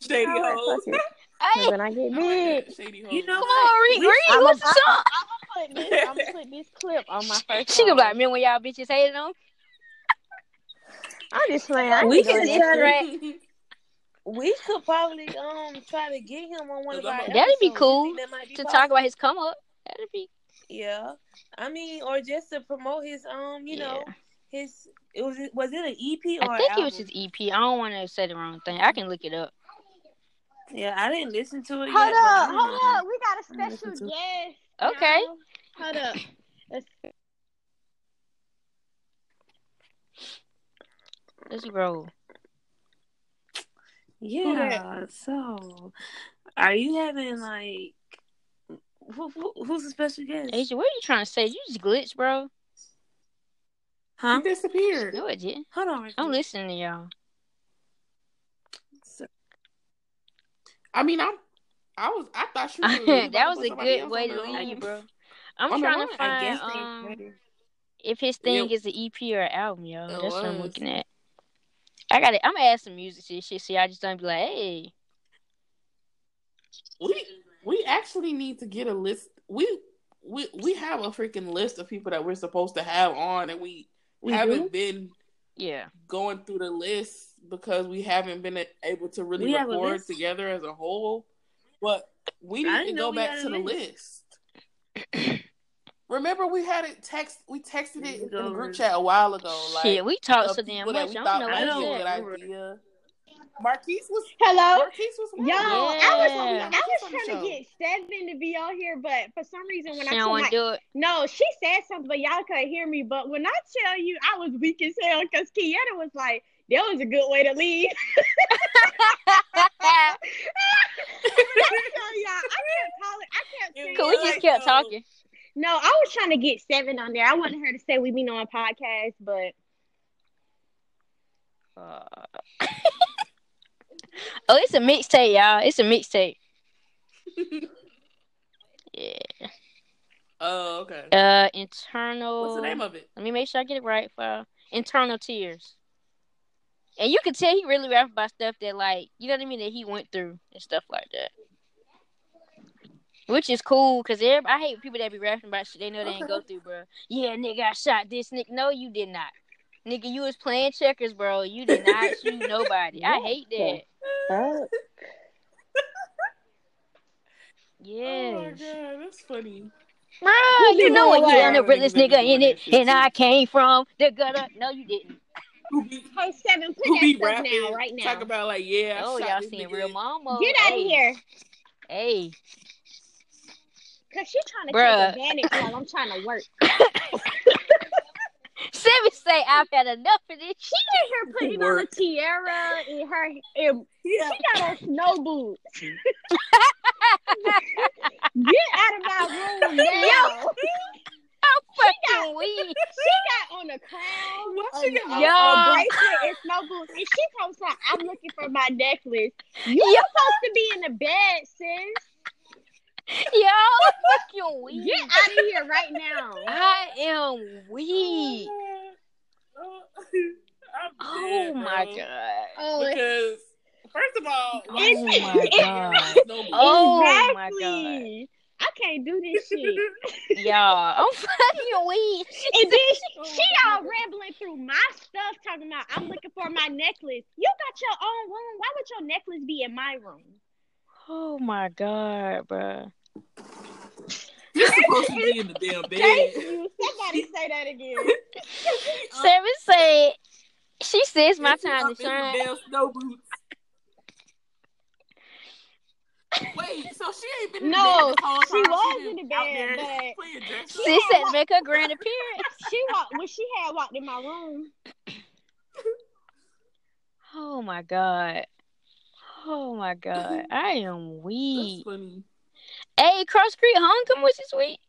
Speaker 2: shady
Speaker 1: All right,
Speaker 2: hoes.
Speaker 1: fuck it. happen when I get big.
Speaker 2: Shady
Speaker 4: You know
Speaker 3: Come
Speaker 4: what?
Speaker 3: on, read,
Speaker 4: We-
Speaker 3: read
Speaker 1: I'm
Speaker 3: what's
Speaker 1: a-
Speaker 3: the song?
Speaker 1: I'm gonna put this, I'm gonna put this clip on my first.
Speaker 3: She gonna
Speaker 1: one.
Speaker 3: be like, man, when y'all bitches hated on. me?"
Speaker 1: I'm just playing. I
Speaker 4: We
Speaker 1: ain't
Speaker 4: can
Speaker 1: doing
Speaker 4: just
Speaker 1: that
Speaker 4: try
Speaker 1: shit.
Speaker 2: Home.
Speaker 4: We could probably um try to get him on one of our.
Speaker 2: That'd
Speaker 3: be
Speaker 4: episodes. You
Speaker 3: cool
Speaker 4: think that might be
Speaker 3: To
Speaker 4: possible?
Speaker 3: talk about his come up, that'd be
Speaker 4: Yeah, I mean, or just to promote his um, you know, his it was was it an EP or?
Speaker 3: I
Speaker 4: an
Speaker 3: think it was
Speaker 4: album?
Speaker 3: his EP. I don't want to say the wrong thing. I can look it up.
Speaker 4: Yeah, I didn't listen to it. yet,
Speaker 1: Hold
Speaker 4: but I
Speaker 1: up,
Speaker 4: don't
Speaker 1: hold
Speaker 4: know.
Speaker 1: up. We got a
Speaker 4: I'm
Speaker 1: special
Speaker 4: listening to-
Speaker 1: guest.
Speaker 3: Okay.
Speaker 1: y'all. Hold up. Let's-
Speaker 3: Let's roll.
Speaker 4: Yeah. So, are you having like who, who who's the special guest?
Speaker 3: Asia, what are you trying to say? You just glitched, bro.
Speaker 4: Huh?
Speaker 2: He disappeared.
Speaker 3: No, it didn't.
Speaker 4: Hold on.
Speaker 3: I'm
Speaker 2: Mm.
Speaker 3: listening to y'all.
Speaker 4: So-
Speaker 2: I mean, I'm. I was. I thought you. were- you
Speaker 3: that
Speaker 2: about to
Speaker 3: was a
Speaker 2: put somebody
Speaker 3: good
Speaker 2: else
Speaker 3: way
Speaker 2: on
Speaker 3: to
Speaker 2: the,
Speaker 3: leave,
Speaker 2: um,
Speaker 3: bro. I'm
Speaker 2: on the
Speaker 3: trying
Speaker 2: line,
Speaker 3: to
Speaker 2: I
Speaker 4: I
Speaker 3: find
Speaker 4: guess
Speaker 3: um,
Speaker 4: they ready.
Speaker 3: if his
Speaker 2: Yeah.
Speaker 3: thing is an EP or an album, y'all.
Speaker 2: It
Speaker 3: That's what I'm
Speaker 2: was.
Speaker 3: looking at. I got it. I'm gonna add some music to this shit, so y'all just don't be like, hey.
Speaker 2: We we actually need to get a list. We we we have a freaking list of people that we're supposed to have on, and we,
Speaker 4: We
Speaker 2: haven't
Speaker 4: do?
Speaker 2: been
Speaker 3: Yeah.
Speaker 2: going through the list because we haven't been able to really
Speaker 4: We have a
Speaker 2: record
Speaker 4: list?
Speaker 2: together as a whole. But we
Speaker 4: I
Speaker 2: need to
Speaker 4: didn't
Speaker 2: go
Speaker 4: know we
Speaker 2: back
Speaker 4: had a
Speaker 2: to the list. Remember, we had it text. We texted
Speaker 4: There
Speaker 2: it
Speaker 4: you
Speaker 2: in
Speaker 4: go,
Speaker 2: the group
Speaker 4: Ruth.
Speaker 2: chat a while ago. Like,
Speaker 3: shit, we talked
Speaker 2: of
Speaker 3: so damn
Speaker 2: people that
Speaker 3: much.
Speaker 2: we
Speaker 3: I
Speaker 2: thought
Speaker 3: don't know
Speaker 2: might
Speaker 4: I
Speaker 3: what's
Speaker 2: be
Speaker 4: know.
Speaker 2: a good
Speaker 3: up.
Speaker 4: remember.
Speaker 2: idea. Marquise was
Speaker 1: Hello.
Speaker 2: Marquise was
Speaker 1: Yo,
Speaker 2: one.
Speaker 1: Oh, I was I
Speaker 2: Yeah.
Speaker 1: was
Speaker 2: She's on
Speaker 1: trying
Speaker 2: the
Speaker 1: to
Speaker 2: show.
Speaker 1: get Seven to be on here, but for some reason when
Speaker 3: She
Speaker 1: I
Speaker 3: don't
Speaker 1: told
Speaker 3: want
Speaker 1: my
Speaker 3: to do it.
Speaker 1: no, she said something, but y'all couldn't hear me. But when I tell you, I was weak as hell because Kiana was like, "That was a good way to leave." I tell y'all, I kept calling, I kept saying,
Speaker 3: Cause we just
Speaker 1: like-
Speaker 3: kept talking.
Speaker 1: no, I was trying to get Seven on there. I wanted her to say we meet on a podcast, but
Speaker 3: Uh, oh, it's a mixtape, y'all. It's a mixtape. yeah.
Speaker 2: Oh, okay.
Speaker 3: Uh, internal.
Speaker 2: What's the name of it?
Speaker 3: Let me make sure I get it right for internal tears. And you can tell he really rap about stuff that, like, you know what I mean, that he went through and stuff like that. Which is cool, cause everyb- I hate people that be rapping about shit they know they ain't go through, bro. Yeah, nigga, I shot this nigga. No, you did not, nigga. You was playing checkers, bro. You did not shoot nobody. I hate that.
Speaker 1: oh,
Speaker 3: Yes.
Speaker 2: Oh my god, that's funny.
Speaker 3: Bro,
Speaker 1: Who
Speaker 3: Oh, you
Speaker 1: be
Speaker 3: know
Speaker 1: doing
Speaker 3: what you
Speaker 1: what?
Speaker 3: end up with this
Speaker 2: Niggas that
Speaker 3: nigga
Speaker 2: be
Speaker 3: in
Speaker 2: doing
Speaker 3: it,
Speaker 2: that shit
Speaker 3: and
Speaker 2: too.
Speaker 3: I came from the gutter. No, you didn't.
Speaker 2: Who be
Speaker 1: hey Seven, put
Speaker 2: who
Speaker 1: that
Speaker 2: be
Speaker 1: stuff
Speaker 2: rapping?
Speaker 1: now, right now.
Speaker 2: Talk about like yeah. I
Speaker 3: oh,
Speaker 2: shot
Speaker 3: y'all
Speaker 2: this
Speaker 3: seen
Speaker 2: nigga.
Speaker 3: real mama.
Speaker 1: get out of
Speaker 3: Hey,
Speaker 1: here,
Speaker 3: Hey,
Speaker 1: cause she trying to
Speaker 3: Bruh.
Speaker 1: take advantage while I'm trying to work.
Speaker 3: Sammy say I've had enough of this.
Speaker 1: She in here putting on a
Speaker 2: Work.
Speaker 1: tiara in her. In,
Speaker 4: Yeah.
Speaker 1: She got on snow boots. Get out of my room now.
Speaker 3: Yo. I'm fucking weak.
Speaker 1: She got on a crown,
Speaker 2: What
Speaker 1: a,
Speaker 2: she got
Speaker 1: a- a
Speaker 3: on?
Speaker 1: bracelet, and snow boots, and she comes out. I'm looking for my necklace. You were supposed to be in the bed, sis.
Speaker 3: Yo, I'm fucking weak.
Speaker 1: Get out of here right now.
Speaker 3: I am weak.
Speaker 2: Oh,
Speaker 3: Oh my
Speaker 2: god.
Speaker 3: god.
Speaker 1: Oh, it's-
Speaker 2: Because first of all, why
Speaker 1: It's-
Speaker 3: Oh my god.
Speaker 2: no boots?
Speaker 3: Oh my
Speaker 1: exactly. I can't do this shit.
Speaker 3: Y'all, I'm fucking weak.
Speaker 1: And then
Speaker 3: Oh
Speaker 1: she, she all rambling through my stuff, talking about I'm looking for my necklace. You got your own room. Why would your necklace be in my room?
Speaker 3: Oh my god, bro.
Speaker 2: You're supposed to be in the damn
Speaker 1: Thank
Speaker 2: bed.
Speaker 1: you. Somebody say that again. Uh,
Speaker 3: Sammy said she says my
Speaker 2: If you
Speaker 3: time
Speaker 2: up
Speaker 3: to
Speaker 2: in
Speaker 3: shine.
Speaker 2: the damn snow boots. Wait, so she ain't been in
Speaker 1: No,
Speaker 2: the bed this whole
Speaker 1: she
Speaker 2: time.
Speaker 1: was
Speaker 2: been
Speaker 1: in the
Speaker 2: out
Speaker 1: bed,
Speaker 2: there
Speaker 1: but-
Speaker 2: playing dress up?
Speaker 3: She said make her grand appearance.
Speaker 1: She walked when she had walked in my room.
Speaker 3: Oh my god. Oh my god. I am
Speaker 2: That's
Speaker 3: weak.
Speaker 2: funny.
Speaker 3: Hey, Cross Creek Homecoming was this week.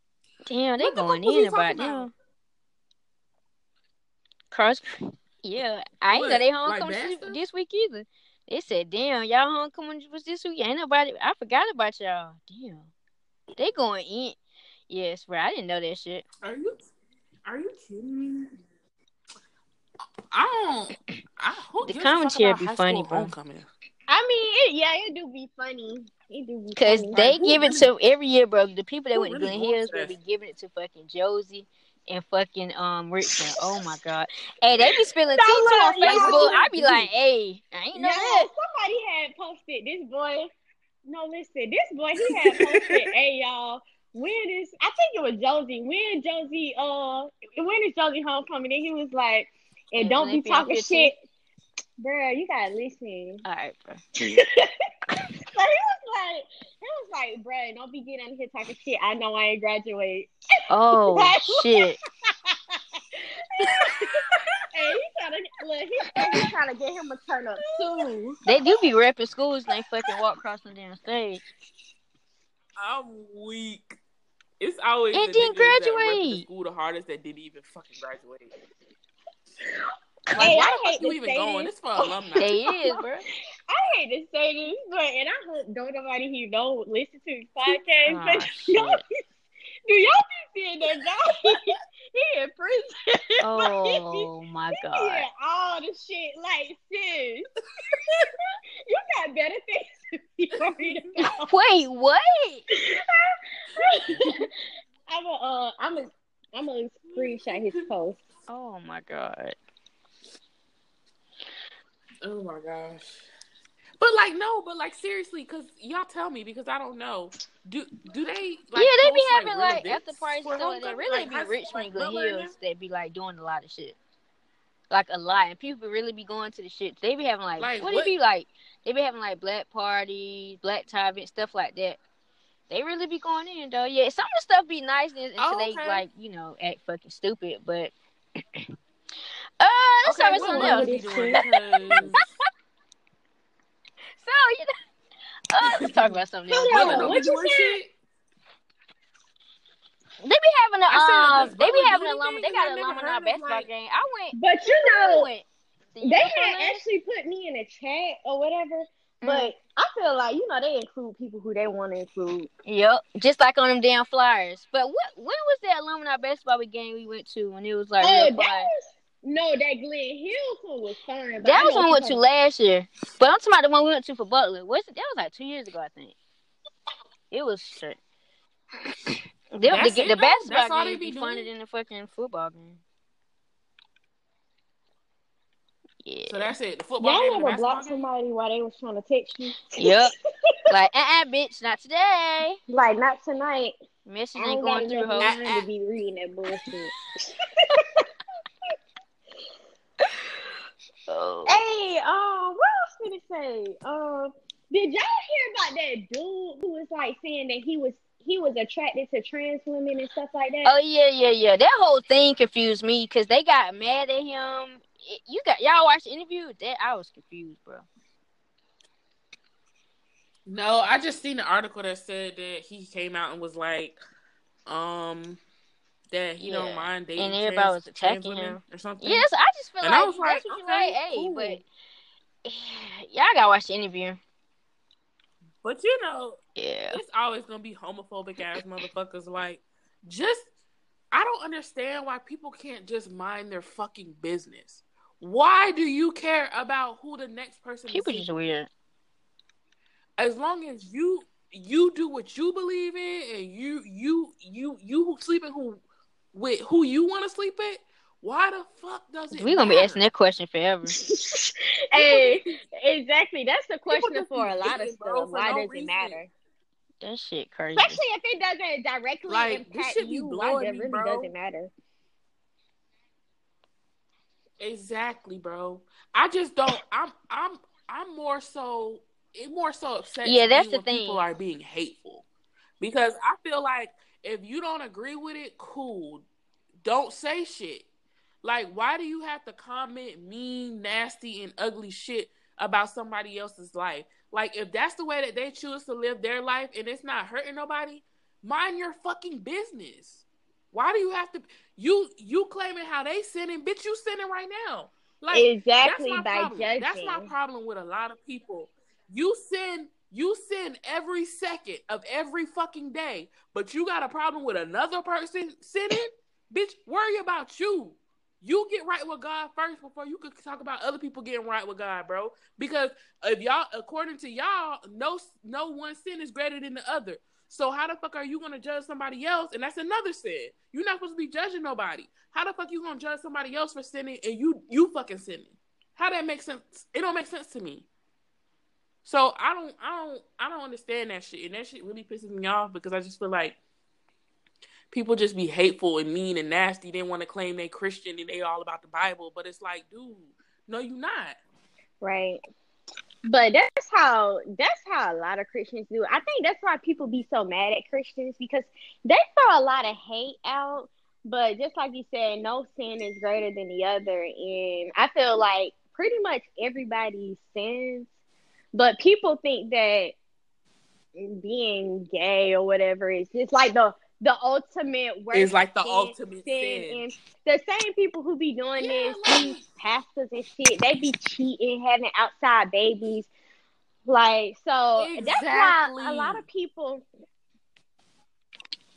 Speaker 3: Damn, they
Speaker 2: What the fuck
Speaker 3: going
Speaker 2: was we
Speaker 3: in about
Speaker 2: talking about?
Speaker 3: them. Cross Yeah, I ain't
Speaker 2: What,
Speaker 3: know they
Speaker 2: like
Speaker 3: homecoming
Speaker 2: bad
Speaker 3: this-
Speaker 2: stuff?
Speaker 3: this week either. They said, damn, y'all homecoming was this week. Ain't nobody I forgot about y'all. Damn. They going in. Yes, bro. I didn't know that shit.
Speaker 2: Are you are you kidding me? I don't. I, who
Speaker 3: The
Speaker 2: gives a fuck
Speaker 3: commentary
Speaker 2: about
Speaker 3: be
Speaker 2: high
Speaker 3: funny,
Speaker 2: school
Speaker 3: bro.
Speaker 2: homecoming?
Speaker 1: I mean, it, yeah, it do be funny. It do be
Speaker 3: Cause
Speaker 1: funny.
Speaker 3: they
Speaker 1: Like,
Speaker 3: give it to every year, bro. The people that
Speaker 2: Who
Speaker 3: went to
Speaker 2: really
Speaker 3: Glen Hills
Speaker 2: wants
Speaker 3: will
Speaker 2: that?
Speaker 3: be giving it to fucking Josie and fucking um Richmond. Oh my god! Hey, they be spilling tea too on
Speaker 1: Don't lie, y'all
Speaker 3: Facebook.
Speaker 1: do
Speaker 3: I be like, hey, I ain't know
Speaker 1: Yeah,
Speaker 3: that.
Speaker 1: somebody had posted this boy. No, listen, this boy he had posted. hey, y'all, when is? I think it was Josie. When Josie? Uh, when is Josie homecoming? And he was like, and
Speaker 3: And
Speaker 1: don't be
Speaker 3: Olympia
Speaker 1: talking
Speaker 3: 15.
Speaker 1: shit, Bruh, You gotta listen.
Speaker 3: All right, bro.
Speaker 1: So he was like, he was like, bruh, don't be getting on here talking shit. I know I ain't graduate.
Speaker 3: Oh shit!
Speaker 1: Hey, he trying to look. He, and he trying to get him a turn up too.
Speaker 3: They do be repping schools. And they fucking walk across the damn stage.
Speaker 2: I'm weak. It's always
Speaker 3: It
Speaker 2: the
Speaker 3: didn't
Speaker 2: niggas that rep
Speaker 3: graduate.
Speaker 2: The school the hardest that didn't even fucking graduate. Like,
Speaker 1: Hey,
Speaker 2: why
Speaker 1: I
Speaker 2: the
Speaker 1: hate
Speaker 2: fuck you
Speaker 1: to
Speaker 2: even
Speaker 1: say
Speaker 2: going?
Speaker 1: this.
Speaker 2: It's for alumni.
Speaker 3: They is, bro.
Speaker 1: I hate to say this, but and I hope don't nobody here don't listen to his podcast.
Speaker 3: Aw,
Speaker 1: but
Speaker 3: shit.
Speaker 1: y'all, do y'all be seeing that guy? he in prison.
Speaker 3: Oh my
Speaker 1: He
Speaker 3: god!
Speaker 1: in all the shit. Like, sis, you got better things to be worried about.
Speaker 3: Wait, what?
Speaker 1: I'm a, uh, I'm a, I'm a screenshot his post.
Speaker 3: Oh my god!
Speaker 2: Oh my gosh. But like no, but like seriously, because y'all tell me because I don't know. Do do they? Like,
Speaker 3: yeah, they be
Speaker 2: host,
Speaker 3: having
Speaker 2: real
Speaker 3: like, after
Speaker 2: events
Speaker 3: parties
Speaker 2: for
Speaker 3: and stuff like that.
Speaker 2: homecoming?
Speaker 3: Really
Speaker 2: Like,
Speaker 3: be
Speaker 2: high school,
Speaker 3: Richmond,
Speaker 2: like,
Speaker 3: Glen
Speaker 2: Butler and
Speaker 3: Hills that be like doing a lot of shit, like a lot, and people really be going to the shit. They be having like,
Speaker 2: Like,
Speaker 3: what,
Speaker 2: what-
Speaker 3: it be like? They be having like black parties, black tie events, stuff like that. They really be going in though. Yeah, some of the stuff be nice and- until
Speaker 2: Oh,
Speaker 3: they
Speaker 2: okay.
Speaker 3: like you know act fucking stupid, but. Uh, that's
Speaker 2: Okay,
Speaker 3: always
Speaker 2: what
Speaker 3: something
Speaker 2: would
Speaker 3: else.
Speaker 2: we be doing? 'Cause
Speaker 3: So you know, uh, let's talk about something else.
Speaker 1: Hold
Speaker 2: Butler
Speaker 1: on,
Speaker 2: don't be
Speaker 1: what you
Speaker 2: doing
Speaker 1: said?
Speaker 2: shit.
Speaker 3: They be having a
Speaker 2: I said,
Speaker 3: um,
Speaker 2: does
Speaker 3: they be
Speaker 2: Butler
Speaker 3: having
Speaker 2: do
Speaker 3: a alumni. They
Speaker 2: anything?
Speaker 3: got
Speaker 2: I've
Speaker 3: an
Speaker 2: never
Speaker 3: alumni
Speaker 2: heard of,
Speaker 3: basketball
Speaker 2: like-
Speaker 3: game. I went.
Speaker 1: But you
Speaker 3: I
Speaker 1: know,
Speaker 3: went.
Speaker 1: Oh, they had actually put me in a chat or whatever.
Speaker 3: Mm.
Speaker 1: But I feel like you know they include people who they want to include.
Speaker 3: Yep, just like on them damn flyers. But what when was that alumni basketball game we went to when it was like
Speaker 1: Oh,
Speaker 3: real
Speaker 1: that
Speaker 3: quiet?
Speaker 1: was no, that Glenn Hills one was fine. but I
Speaker 3: That was
Speaker 1: know
Speaker 3: one we
Speaker 1: what
Speaker 3: went to
Speaker 1: you're
Speaker 3: last year. But I'm talking about the one we went to for Butler. Was it that was like two years ago, I think. It was shit. Them, the,
Speaker 2: That's
Speaker 3: the,
Speaker 2: it, though? That's all
Speaker 3: basketball
Speaker 2: they
Speaker 3: game
Speaker 2: be
Speaker 3: be funner
Speaker 2: doing?
Speaker 3: than the fucking football game. Yeah.
Speaker 2: So that's it.
Speaker 1: talking
Speaker 2: The football.
Speaker 1: about.
Speaker 2: game,
Speaker 1: Y'all
Speaker 2: the
Speaker 1: never
Speaker 2: basketball
Speaker 1: blocked
Speaker 2: game?
Speaker 1: somebody while they was trying to text you.
Speaker 3: yep. Like, uh uh bitch, not today.
Speaker 1: Like not tonight.
Speaker 3: Message ain't
Speaker 1: I ain't
Speaker 3: going
Speaker 1: got
Speaker 3: through,
Speaker 1: enough
Speaker 3: ho.
Speaker 1: time to be reading that bullshit.
Speaker 3: Oh.
Speaker 1: Hey, um, what else did it say? Um, did y'all hear about that dude who was like saying that he was he was attracted to trans women and stuff like that?
Speaker 3: Oh yeah, yeah, yeah. That whole thing confused me because they got mad at him. It- You got y'all watched the interview? That I was confused, bro.
Speaker 2: No, I just seen an article that said that he came out and was like, um, that he
Speaker 3: Yeah.
Speaker 2: don't mind dating
Speaker 3: And everybody
Speaker 2: trans-
Speaker 3: was attacking
Speaker 2: trans women
Speaker 3: him.
Speaker 2: or something.
Speaker 3: Yes, I just feel
Speaker 2: And
Speaker 3: like,
Speaker 2: I was like,
Speaker 3: that's what you
Speaker 2: okay,
Speaker 3: like, hey,
Speaker 2: cool.
Speaker 3: but y'all gotta watch the interview.
Speaker 2: But you know,
Speaker 3: Yeah,
Speaker 2: it's always gonna be homophobic ass motherfuckers. Like, just I don't understand why people can't just mind their fucking business. Why do you care about who the next person
Speaker 3: people
Speaker 2: is?
Speaker 3: just weird.
Speaker 2: As long as you you do what you believe in and you you you you who sleeping who with who you want to sleep with, why the fuck does it?
Speaker 3: We gonna be
Speaker 2: matter?
Speaker 3: asking that question forever.
Speaker 1: hey, exactly. That's the question
Speaker 2: just
Speaker 1: for a
Speaker 2: be
Speaker 1: lot of
Speaker 2: hating, bro,
Speaker 1: stuff.
Speaker 2: for
Speaker 1: Why
Speaker 2: no
Speaker 1: does it
Speaker 2: reason.
Speaker 1: matter?
Speaker 3: That shit crazy.
Speaker 1: Especially if it doesn't directly
Speaker 2: Like, this
Speaker 1: impact
Speaker 2: shit be
Speaker 1: you, why
Speaker 2: blowing
Speaker 1: it
Speaker 2: me,
Speaker 1: really
Speaker 2: bro.
Speaker 1: doesn't matter.
Speaker 2: Exactly, bro. I just don't. I'm. I'm. I'm more so. It more so upset.
Speaker 3: Yeah,
Speaker 2: me
Speaker 3: that's the
Speaker 2: when
Speaker 3: thing.
Speaker 2: People are being hateful because I feel like if you don't agree with it, cool. Don't say shit. Like, why do you have to comment mean, nasty, and ugly shit about somebody else's life? Like, if that's the way that they choose to live their life and it's not hurting nobody, mind your fucking business. Why do you have to? You you claiming how they sinning, bitch? You sinning right now. Like
Speaker 1: exactly
Speaker 2: that's my
Speaker 1: by
Speaker 2: problem.
Speaker 1: judging.
Speaker 2: That's my problem with a lot of people. You sin, you sin every second of every fucking day, but you got a problem with another person sinning? Bitch, worry about you. You get right with God first before you could talk about other people getting right with God, bro. Because if y'all, according to y'all, no no one sin is greater than the other. So how the fuck are you gonna judge somebody else? And that's another sin. You're not supposed to be judging nobody. How the fuck you gonna judge somebody else for sinning and you you fucking sinning? How that make sense? It don't make sense to me. So I don't I don't I don't understand that shit. And that shit really pisses me off because I just feel like people just be hateful and mean and nasty. They want to claim they Christian and they all about the Bible, but it's like, dude, no, you not.
Speaker 1: Right. But that's how that's how a lot of Christians do. it. I think that's why people be so mad at Christians because they throw a lot of hate out. But just like you said, no sin is greater than the other, and I feel like pretty much everybody sins. But people think that being gay or whatever is just like the the ultimate worst.
Speaker 2: It's like the
Speaker 1: sin- sin.
Speaker 2: ultimate sin.
Speaker 1: And the same people who be doing
Speaker 2: Yeah,
Speaker 1: this,
Speaker 2: like-
Speaker 1: these pastors and shit, they be cheating, having outside babies. Like, so that's why a
Speaker 2: Exactly.
Speaker 1: lot of people,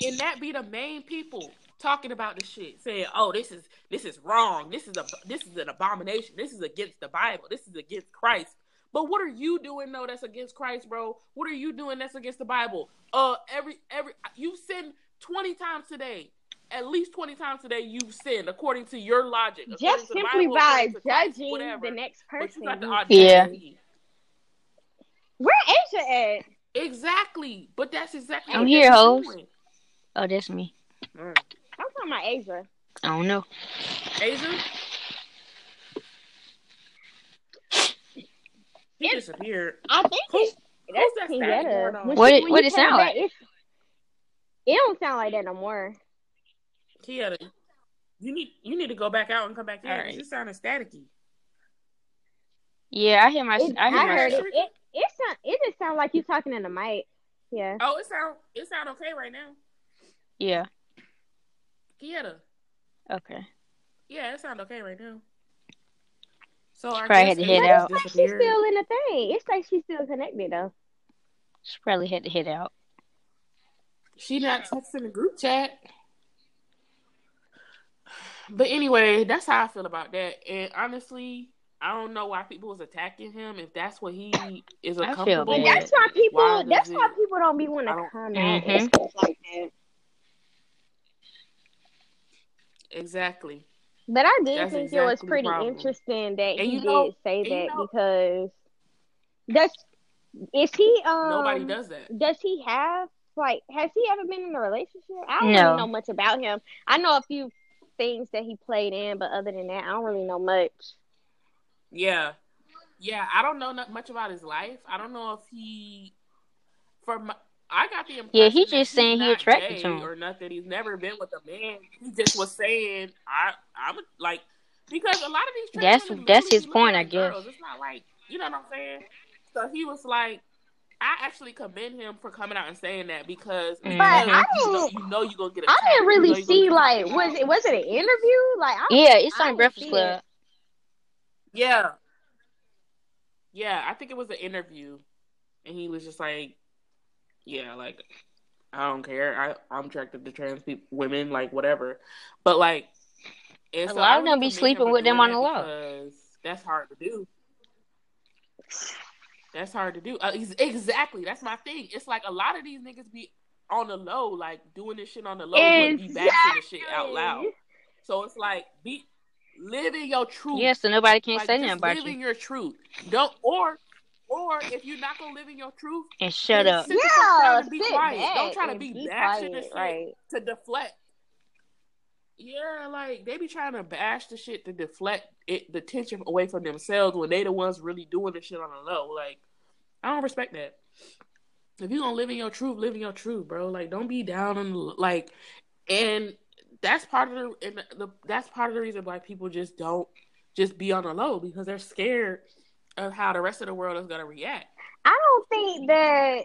Speaker 2: and that be the main people talking about this shit, saying, "Oh, this is this is wrong. This is a this is an abomination. This is against the Bible. This is against Christ." But what are you doing though? That's against Christ, bro. What are you doing that's against the Bible? Uh, every every you sin twenty times today. At least twenty times today, you've sinned according to your logic. according
Speaker 1: just
Speaker 2: to the
Speaker 1: simply
Speaker 2: Bible,
Speaker 1: by
Speaker 2: according to Christ,
Speaker 1: judging
Speaker 2: whatever.
Speaker 1: the next
Speaker 2: But
Speaker 1: person.
Speaker 2: you got the
Speaker 3: Yeah.
Speaker 2: audacity.
Speaker 1: Where Asia at?
Speaker 2: Exactly. But that's exactly
Speaker 3: I'm
Speaker 2: what
Speaker 3: here,
Speaker 2: you're
Speaker 3: hoes.
Speaker 2: doing.
Speaker 3: Oh, that's me.
Speaker 2: Mm.
Speaker 1: I'm talking about Asia.
Speaker 3: I don't know.
Speaker 2: Asia? He
Speaker 1: It-
Speaker 2: disappeared.
Speaker 1: I think
Speaker 2: Who's-
Speaker 1: it's, that's
Speaker 2: that static going
Speaker 1: Kenyatta.
Speaker 2: on?
Speaker 1: When
Speaker 3: What
Speaker 1: she-
Speaker 3: it-
Speaker 1: when
Speaker 3: what
Speaker 1: you
Speaker 3: it sound
Speaker 1: came
Speaker 3: like?
Speaker 1: back, it's- It don't sound like that no more.
Speaker 2: Kiara, you need you need to go back out and come back in.
Speaker 3: All
Speaker 2: 'cause
Speaker 3: right.
Speaker 2: You sounding staticky.
Speaker 3: Yeah, I hear my.
Speaker 1: It-
Speaker 3: I hear
Speaker 1: I
Speaker 3: my.
Speaker 1: heard it. It it, sound, it just sound like you talking in the mic. Yeah.
Speaker 2: Oh, it sound it sound okay right now.
Speaker 3: Yeah.
Speaker 2: Kiara,
Speaker 3: Okay.
Speaker 2: yeah, it sound okay right now. So I
Speaker 3: Probably had
Speaker 2: guess
Speaker 3: to head
Speaker 2: Asia
Speaker 3: out.
Speaker 1: She's
Speaker 2: disappeared.
Speaker 1: still in the thing. It's like she's still connected though.
Speaker 3: She probably had to head out.
Speaker 2: She not texting the group chat. But anyway, that's how I feel about that. And honestly, I don't know why people was attacking him. If that's what he is
Speaker 3: I feel
Speaker 2: uncomfortable
Speaker 1: But
Speaker 3: bad.
Speaker 2: with,
Speaker 1: that's why people.
Speaker 2: Why does
Speaker 1: that's why
Speaker 2: it-
Speaker 1: people don't be want
Speaker 2: I
Speaker 1: to
Speaker 2: don't-
Speaker 1: comment and
Speaker 3: Mhm.
Speaker 1: stuff like that.
Speaker 2: exactly.
Speaker 1: But I do
Speaker 2: That's
Speaker 1: think it was
Speaker 2: exactly the
Speaker 1: pretty
Speaker 2: problem.
Speaker 1: interesting that
Speaker 2: And
Speaker 1: he
Speaker 2: you know-
Speaker 1: did say
Speaker 2: and you
Speaker 1: that
Speaker 2: know-
Speaker 1: because that's is he um
Speaker 2: Nobody does that.
Speaker 1: does he have like has he ever been in a relationship? I don't
Speaker 3: No.
Speaker 1: really know much about him. I know a few things that he played in, but other than that, I don't really know much.
Speaker 2: Yeah, yeah. I don't know not much about his life. I don't know if he, from I got the impression.
Speaker 3: Yeah, he
Speaker 2: that
Speaker 3: just
Speaker 2: he's
Speaker 3: saying he
Speaker 2: not
Speaker 3: attracted
Speaker 2: gay
Speaker 3: to him.
Speaker 2: or nothing. He's never been with a man. He just was saying, I, I'm like because a lot of these. trans
Speaker 3: That's-
Speaker 2: women
Speaker 3: that's
Speaker 2: really
Speaker 3: his
Speaker 2: look
Speaker 3: point,
Speaker 2: like
Speaker 3: I guess.
Speaker 2: girls. It's not like you know what I'm saying. So he was like. I actually commend him for coming out and saying that because
Speaker 3: But
Speaker 2: because
Speaker 1: I
Speaker 3: Mm-hmm.
Speaker 2: you, know,
Speaker 1: don't-
Speaker 2: you know you're gonna get.
Speaker 1: I
Speaker 2: attacked.
Speaker 1: didn't
Speaker 2: You know
Speaker 1: really
Speaker 2: you're gonna
Speaker 1: see
Speaker 2: get
Speaker 1: like
Speaker 2: attacked.
Speaker 1: was it was it an interview? Like I
Speaker 3: Yeah, it's
Speaker 1: I
Speaker 3: on
Speaker 1: don't
Speaker 3: Breakfast
Speaker 1: see
Speaker 3: Club.
Speaker 2: Yeah. Yeah, I think it was an interview. And he was just like, Yeah, like I don't care. I, I'm attracted to trans people, women, like whatever. But like and
Speaker 3: A
Speaker 2: so
Speaker 3: lot
Speaker 2: I
Speaker 3: of
Speaker 2: really
Speaker 3: them be
Speaker 2: commend him
Speaker 3: sleeping
Speaker 2: for
Speaker 3: with them
Speaker 2: doing
Speaker 3: on
Speaker 2: that
Speaker 3: the low.
Speaker 2: Because that's hard to do. That's hard to do. Uh, ex- exactly. That's my thing. It's like a lot of these niggas be on the low, like doing this shit on the low, but be bashing the shit out loud. So it's like be living your truth.
Speaker 3: Yeah, so nobody can't
Speaker 2: like,
Speaker 3: say
Speaker 2: just
Speaker 3: nothing about
Speaker 2: living
Speaker 3: you.
Speaker 2: your truth. Don't or or if you're not gonna live in your truth,
Speaker 3: And shut
Speaker 2: then
Speaker 3: up.
Speaker 2: sit the fuck down
Speaker 1: Yeah,
Speaker 2: and be
Speaker 1: sit
Speaker 2: quiet.
Speaker 1: back
Speaker 2: Don't try to
Speaker 1: and
Speaker 2: be,
Speaker 1: be
Speaker 2: bashing this
Speaker 1: quiet,
Speaker 2: shit
Speaker 1: right?
Speaker 2: to deflect. Yeah, like they be trying to bash the shit to deflect it, the tension away from themselves when they the ones really doing the shit on the low. Like I don't respect that. If you gonna live in your truth, live in your truth, bro. Like don't be down on the, like, and that's part of the, and the that's part of the reason why people just don't just be on the low because they're scared of how the rest of the world is gonna react.
Speaker 1: I don't think that.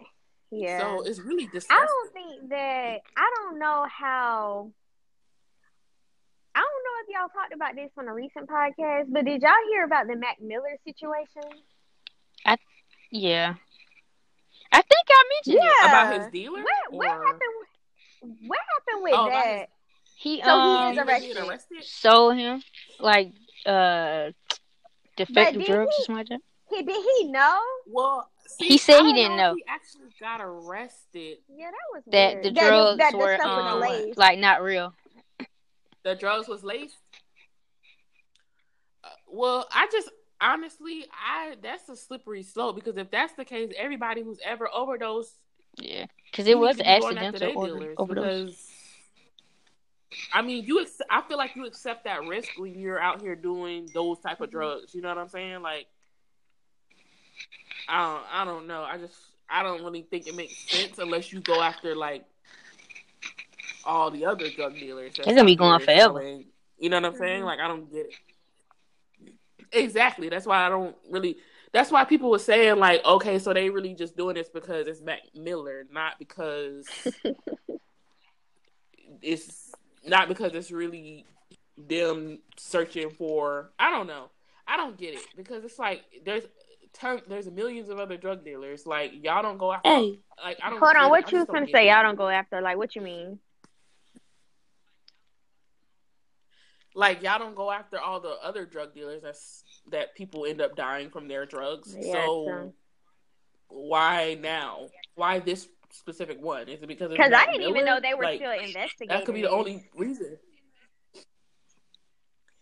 Speaker 1: Yeah.
Speaker 2: So it's really disgusting.
Speaker 1: I don't think that I don't know how I don't know if y'all talked about this on a recent podcast, but did y'all hear about the Mac Miller situation?
Speaker 3: Yeah. I think I mentioned it.
Speaker 1: Yeah.
Speaker 2: about his dealer.
Speaker 1: What what
Speaker 2: or-
Speaker 1: happened with- what happened with
Speaker 2: Oh, about
Speaker 1: that?
Speaker 2: his-
Speaker 3: He
Speaker 1: So he
Speaker 3: um
Speaker 1: is a
Speaker 2: He
Speaker 1: arrested.
Speaker 2: got arrested.
Speaker 3: sold him like uh defective
Speaker 1: did
Speaker 3: drugs
Speaker 1: he?
Speaker 3: or something like that.
Speaker 1: He did he know?
Speaker 2: Well, see,
Speaker 3: He said
Speaker 2: I
Speaker 3: he
Speaker 2: don't
Speaker 3: didn't
Speaker 2: if He actually got arrested.
Speaker 1: Yeah, that was
Speaker 3: That
Speaker 1: weird.
Speaker 3: the
Speaker 1: That-
Speaker 3: drugs
Speaker 1: that the
Speaker 3: were
Speaker 1: stuff with the
Speaker 3: um,
Speaker 1: lace.
Speaker 3: like not real.
Speaker 2: The drugs was laced. Uh, well, I just honestly, I that's a slippery slope because if that's the case, everybody who's ever overdosed
Speaker 3: Yeah, because it
Speaker 2: you need
Speaker 3: was
Speaker 2: to be going after
Speaker 3: accidental
Speaker 2: they
Speaker 3: over,
Speaker 2: dealers
Speaker 3: overdose.
Speaker 2: because, I mean, you. Ex- I feel like you accept that risk when you're out here doing those type
Speaker 3: Mm-hmm.
Speaker 2: of drugs. You know what I'm saying? Like, I don't. I don't know. I just. I don't really think it makes sense unless you go after like all the other drug dealers. that's
Speaker 3: They're gonna be
Speaker 2: out
Speaker 3: going
Speaker 2: there
Speaker 3: forever.
Speaker 2: selling- You know what I'm saying?
Speaker 1: Mhm.
Speaker 2: Like, I don't get it. Exactly. That's why I don't really. That's why people were saying like, okay, so they really just doing this because it's Mac Miller, not because it's not because it's really them searching for. I don't know. I don't get it because it's like there's ton, there's millions of other drug dealers. Like y'all don't go after.
Speaker 4: Hey,
Speaker 2: Like I don't.
Speaker 1: Hold
Speaker 2: get it.
Speaker 1: on,
Speaker 2: I
Speaker 1: what
Speaker 2: just
Speaker 1: you was
Speaker 2: don't
Speaker 1: gonna
Speaker 2: get
Speaker 1: say?
Speaker 2: it.
Speaker 1: Y'all don't go after. Like, what you mean?
Speaker 2: Like y'all don't go after all the other drug dealers that's that people end up dying from their drugs.
Speaker 1: Yeah,
Speaker 2: so
Speaker 1: true.
Speaker 2: why now? Why this specific one? Is it because it's
Speaker 1: Because I
Speaker 2: Mac
Speaker 1: didn't even
Speaker 2: Miller?
Speaker 1: know they were
Speaker 2: Like,
Speaker 1: still investigating.
Speaker 2: That could be the
Speaker 1: this.
Speaker 2: only reason.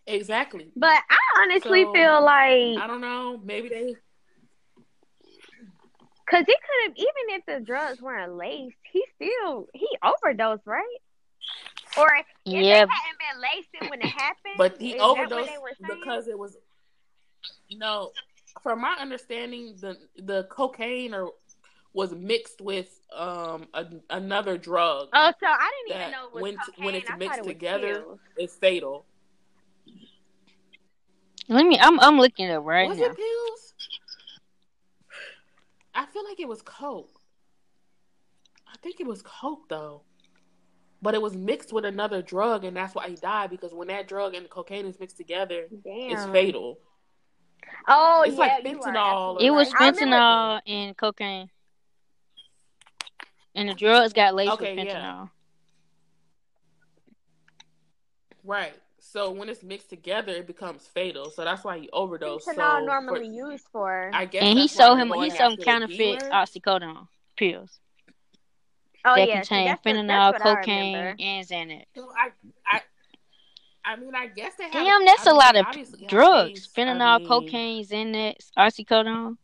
Speaker 2: Exactly.
Speaker 1: But I honestly
Speaker 2: So,
Speaker 1: feel
Speaker 2: I
Speaker 1: like
Speaker 2: don't know. Maybe they.
Speaker 1: because it could have even if the drugs weren't laced, he still he overdosed, right? Or if they
Speaker 3: Yeah,
Speaker 1: hadn't been laced it when it happened,
Speaker 2: But he
Speaker 1: is that what
Speaker 2: overdosed
Speaker 1: they were saying?
Speaker 2: because it was. No, from my understanding, the the cocaine or was mixed with um a, another drug.
Speaker 1: Oh, so I didn't
Speaker 2: that
Speaker 1: even know it was
Speaker 2: when t-
Speaker 1: cocaine.
Speaker 2: when it's
Speaker 1: I thought
Speaker 2: mixed
Speaker 1: it was
Speaker 2: together,
Speaker 1: pills.
Speaker 2: It's fatal.
Speaker 3: let me. I'm I'm looking it up right
Speaker 2: was
Speaker 3: now.
Speaker 2: it pills? I feel like it was coke. I think it was coke though, but it was mixed with another drug, and that's why he died because when that drug and cocaine is mixed together,
Speaker 1: Damn.
Speaker 2: it's fatal.
Speaker 1: Oh,
Speaker 2: It's
Speaker 1: yeah,
Speaker 2: like
Speaker 1: you are
Speaker 2: fentanyl
Speaker 1: absolutely
Speaker 3: It was
Speaker 1: right. I remember-
Speaker 3: fentanyl and cocaine. And the drugs got laced
Speaker 2: Okay,
Speaker 3: with
Speaker 2: yeah.
Speaker 3: fentanyl.
Speaker 2: Right. So when it's mixed together, it becomes fatal. So that's why he overdosed.
Speaker 1: fentanyl
Speaker 2: so
Speaker 1: normally
Speaker 2: for-
Speaker 1: used for.
Speaker 2: I guess,
Speaker 3: And he
Speaker 2: that's why
Speaker 3: sold
Speaker 2: they're
Speaker 3: him
Speaker 2: going
Speaker 3: he sold
Speaker 2: after
Speaker 3: him
Speaker 2: the
Speaker 3: counterfeit
Speaker 2: dealer.
Speaker 3: oxycodone pills
Speaker 1: oh
Speaker 3: that
Speaker 1: yeah, see,
Speaker 3: contained
Speaker 1: that's what-
Speaker 3: fentanyl,
Speaker 1: that's what I
Speaker 3: cocaine,
Speaker 1: remember.
Speaker 3: and Xanax.
Speaker 2: So I, I, I mean, I guess they have.
Speaker 3: Damn, that's
Speaker 2: a
Speaker 3: a lot of Drugs, fentanyl,
Speaker 2: cocaine.
Speaker 3: cocaine, Xanax, oxycodone,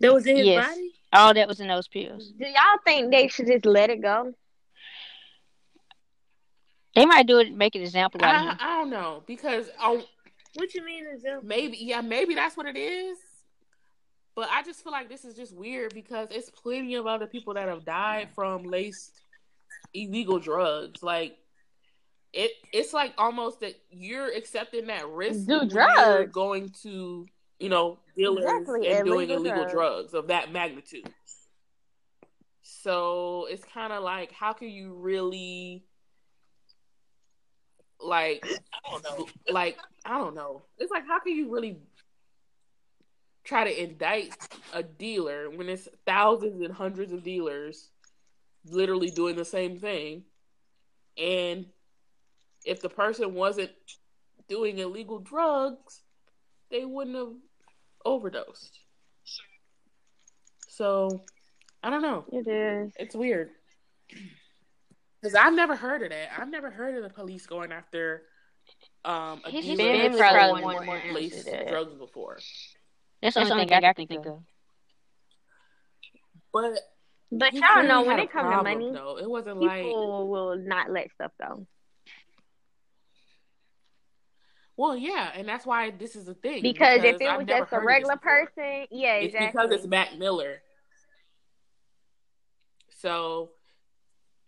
Speaker 4: that was in his
Speaker 3: Yes.
Speaker 4: body.
Speaker 3: all that was in those pills.
Speaker 1: Do y'all think they should just let it go?
Speaker 3: They might do it, make an example out of
Speaker 2: I,
Speaker 3: him.
Speaker 2: I don't know because oh,
Speaker 4: What you mean, example?
Speaker 2: maybe yeah, maybe that's what it is. But I just feel like this is just weird because it's plenty of other people that have died from laced illegal drugs. Like it, it's like almost that you're accepting that risk.
Speaker 1: Do
Speaker 2: when You're
Speaker 1: drugs.
Speaker 2: going to you know dealers
Speaker 1: Exactly,
Speaker 2: and doing
Speaker 1: illegal
Speaker 2: illegal
Speaker 1: drugs.
Speaker 2: drugs of that magnitude. So it's kind of like, how can you really, like, I don't know, like I don't know. It's like, how can you really try to indict a dealer when it's thousands and hundreds of dealers literally doing the same thing, and if the person wasn't doing illegal drugs, they wouldn't have overdosed. So, I don't know.
Speaker 1: It is.
Speaker 2: It's weird. Because I've never heard of that. I've never heard of the police going after um, a
Speaker 3: His
Speaker 2: dealer
Speaker 3: family
Speaker 2: that's
Speaker 3: probably
Speaker 2: sold
Speaker 3: wanted more answers
Speaker 2: laced
Speaker 3: to that.
Speaker 2: drugs before.
Speaker 3: That's the only thing, I can think of.
Speaker 2: But
Speaker 1: But
Speaker 2: he
Speaker 1: y'all know
Speaker 2: clearly
Speaker 1: when
Speaker 2: had a
Speaker 1: it comes to
Speaker 2: problem,
Speaker 1: money,
Speaker 2: though. it wasn't like
Speaker 1: people will not let stuff go
Speaker 2: well, yeah, and that's why this is a thing.
Speaker 1: because, if it
Speaker 2: I've
Speaker 1: was
Speaker 2: never
Speaker 1: just
Speaker 2: heard of
Speaker 1: a
Speaker 2: this
Speaker 1: regular
Speaker 2: before.
Speaker 1: person, yeah,
Speaker 2: it's
Speaker 1: exactly.
Speaker 2: because it's Mac Miller. So,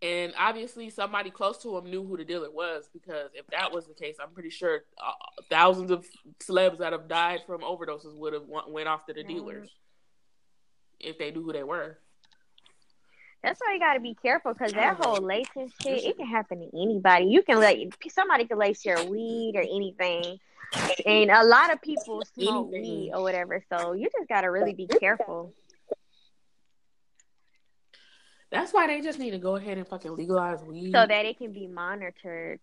Speaker 2: and obviously somebody close to him knew who the dealer was because if that was the case, I'm pretty sure uh, thousands of celebs that have died from overdoses would have went, went after the
Speaker 1: Mhm.
Speaker 2: dealers if they knew who they were.
Speaker 1: That's why you got to be careful because that
Speaker 2: Mhm.
Speaker 1: whole lacing shit, it can happen to anybody. You can let somebody can lace your weed or anything, and a lot of people smoke
Speaker 2: Anything.
Speaker 1: weed or whatever. So you just got to really be careful.
Speaker 2: That's That's why they just need to go ahead and fucking legalize weed.
Speaker 1: so that it can be monitored.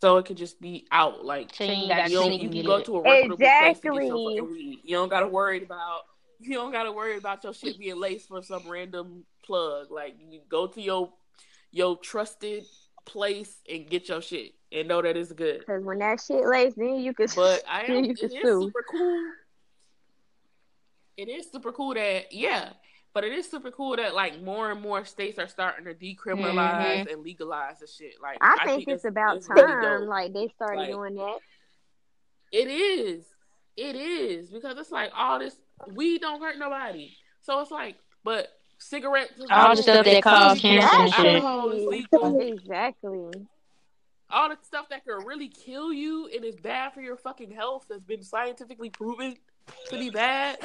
Speaker 2: so it could just be out. Like
Speaker 3: So you ain't
Speaker 2: you,
Speaker 3: gotta
Speaker 2: don't,
Speaker 3: sit and
Speaker 2: you can
Speaker 3: get
Speaker 2: go
Speaker 3: it.
Speaker 2: to a reputable place to get
Speaker 1: Exactly.
Speaker 2: your fucking weed. You don't gotta worry about you don't gotta worry about your shit being laced for some random plug. Like you go to your your trusted place and get your shit and know that it's good.
Speaker 1: Because when that shit lays, then you could.
Speaker 2: But I am,
Speaker 1: You
Speaker 2: it
Speaker 1: can
Speaker 2: is
Speaker 1: sue.
Speaker 2: super cool. It is super cool that yeah, but it is super cool that like more and more states are starting to decriminalize and legalize the shit. Like
Speaker 1: Mm-hmm. I, think, it's
Speaker 2: that's-
Speaker 1: about
Speaker 2: that's really
Speaker 1: time.
Speaker 2: dope.
Speaker 1: like they started
Speaker 2: Like-
Speaker 1: doing that.
Speaker 2: It is. It is because it's like all this weed don't hurt nobody. So it's like, but cigarettes,
Speaker 3: All the stuff that cause cancer and shit.
Speaker 2: alcohol is legal.
Speaker 1: Exactly.
Speaker 2: All the stuff that could really kill you and is bad for your fucking health that's been scientifically proven to be bad.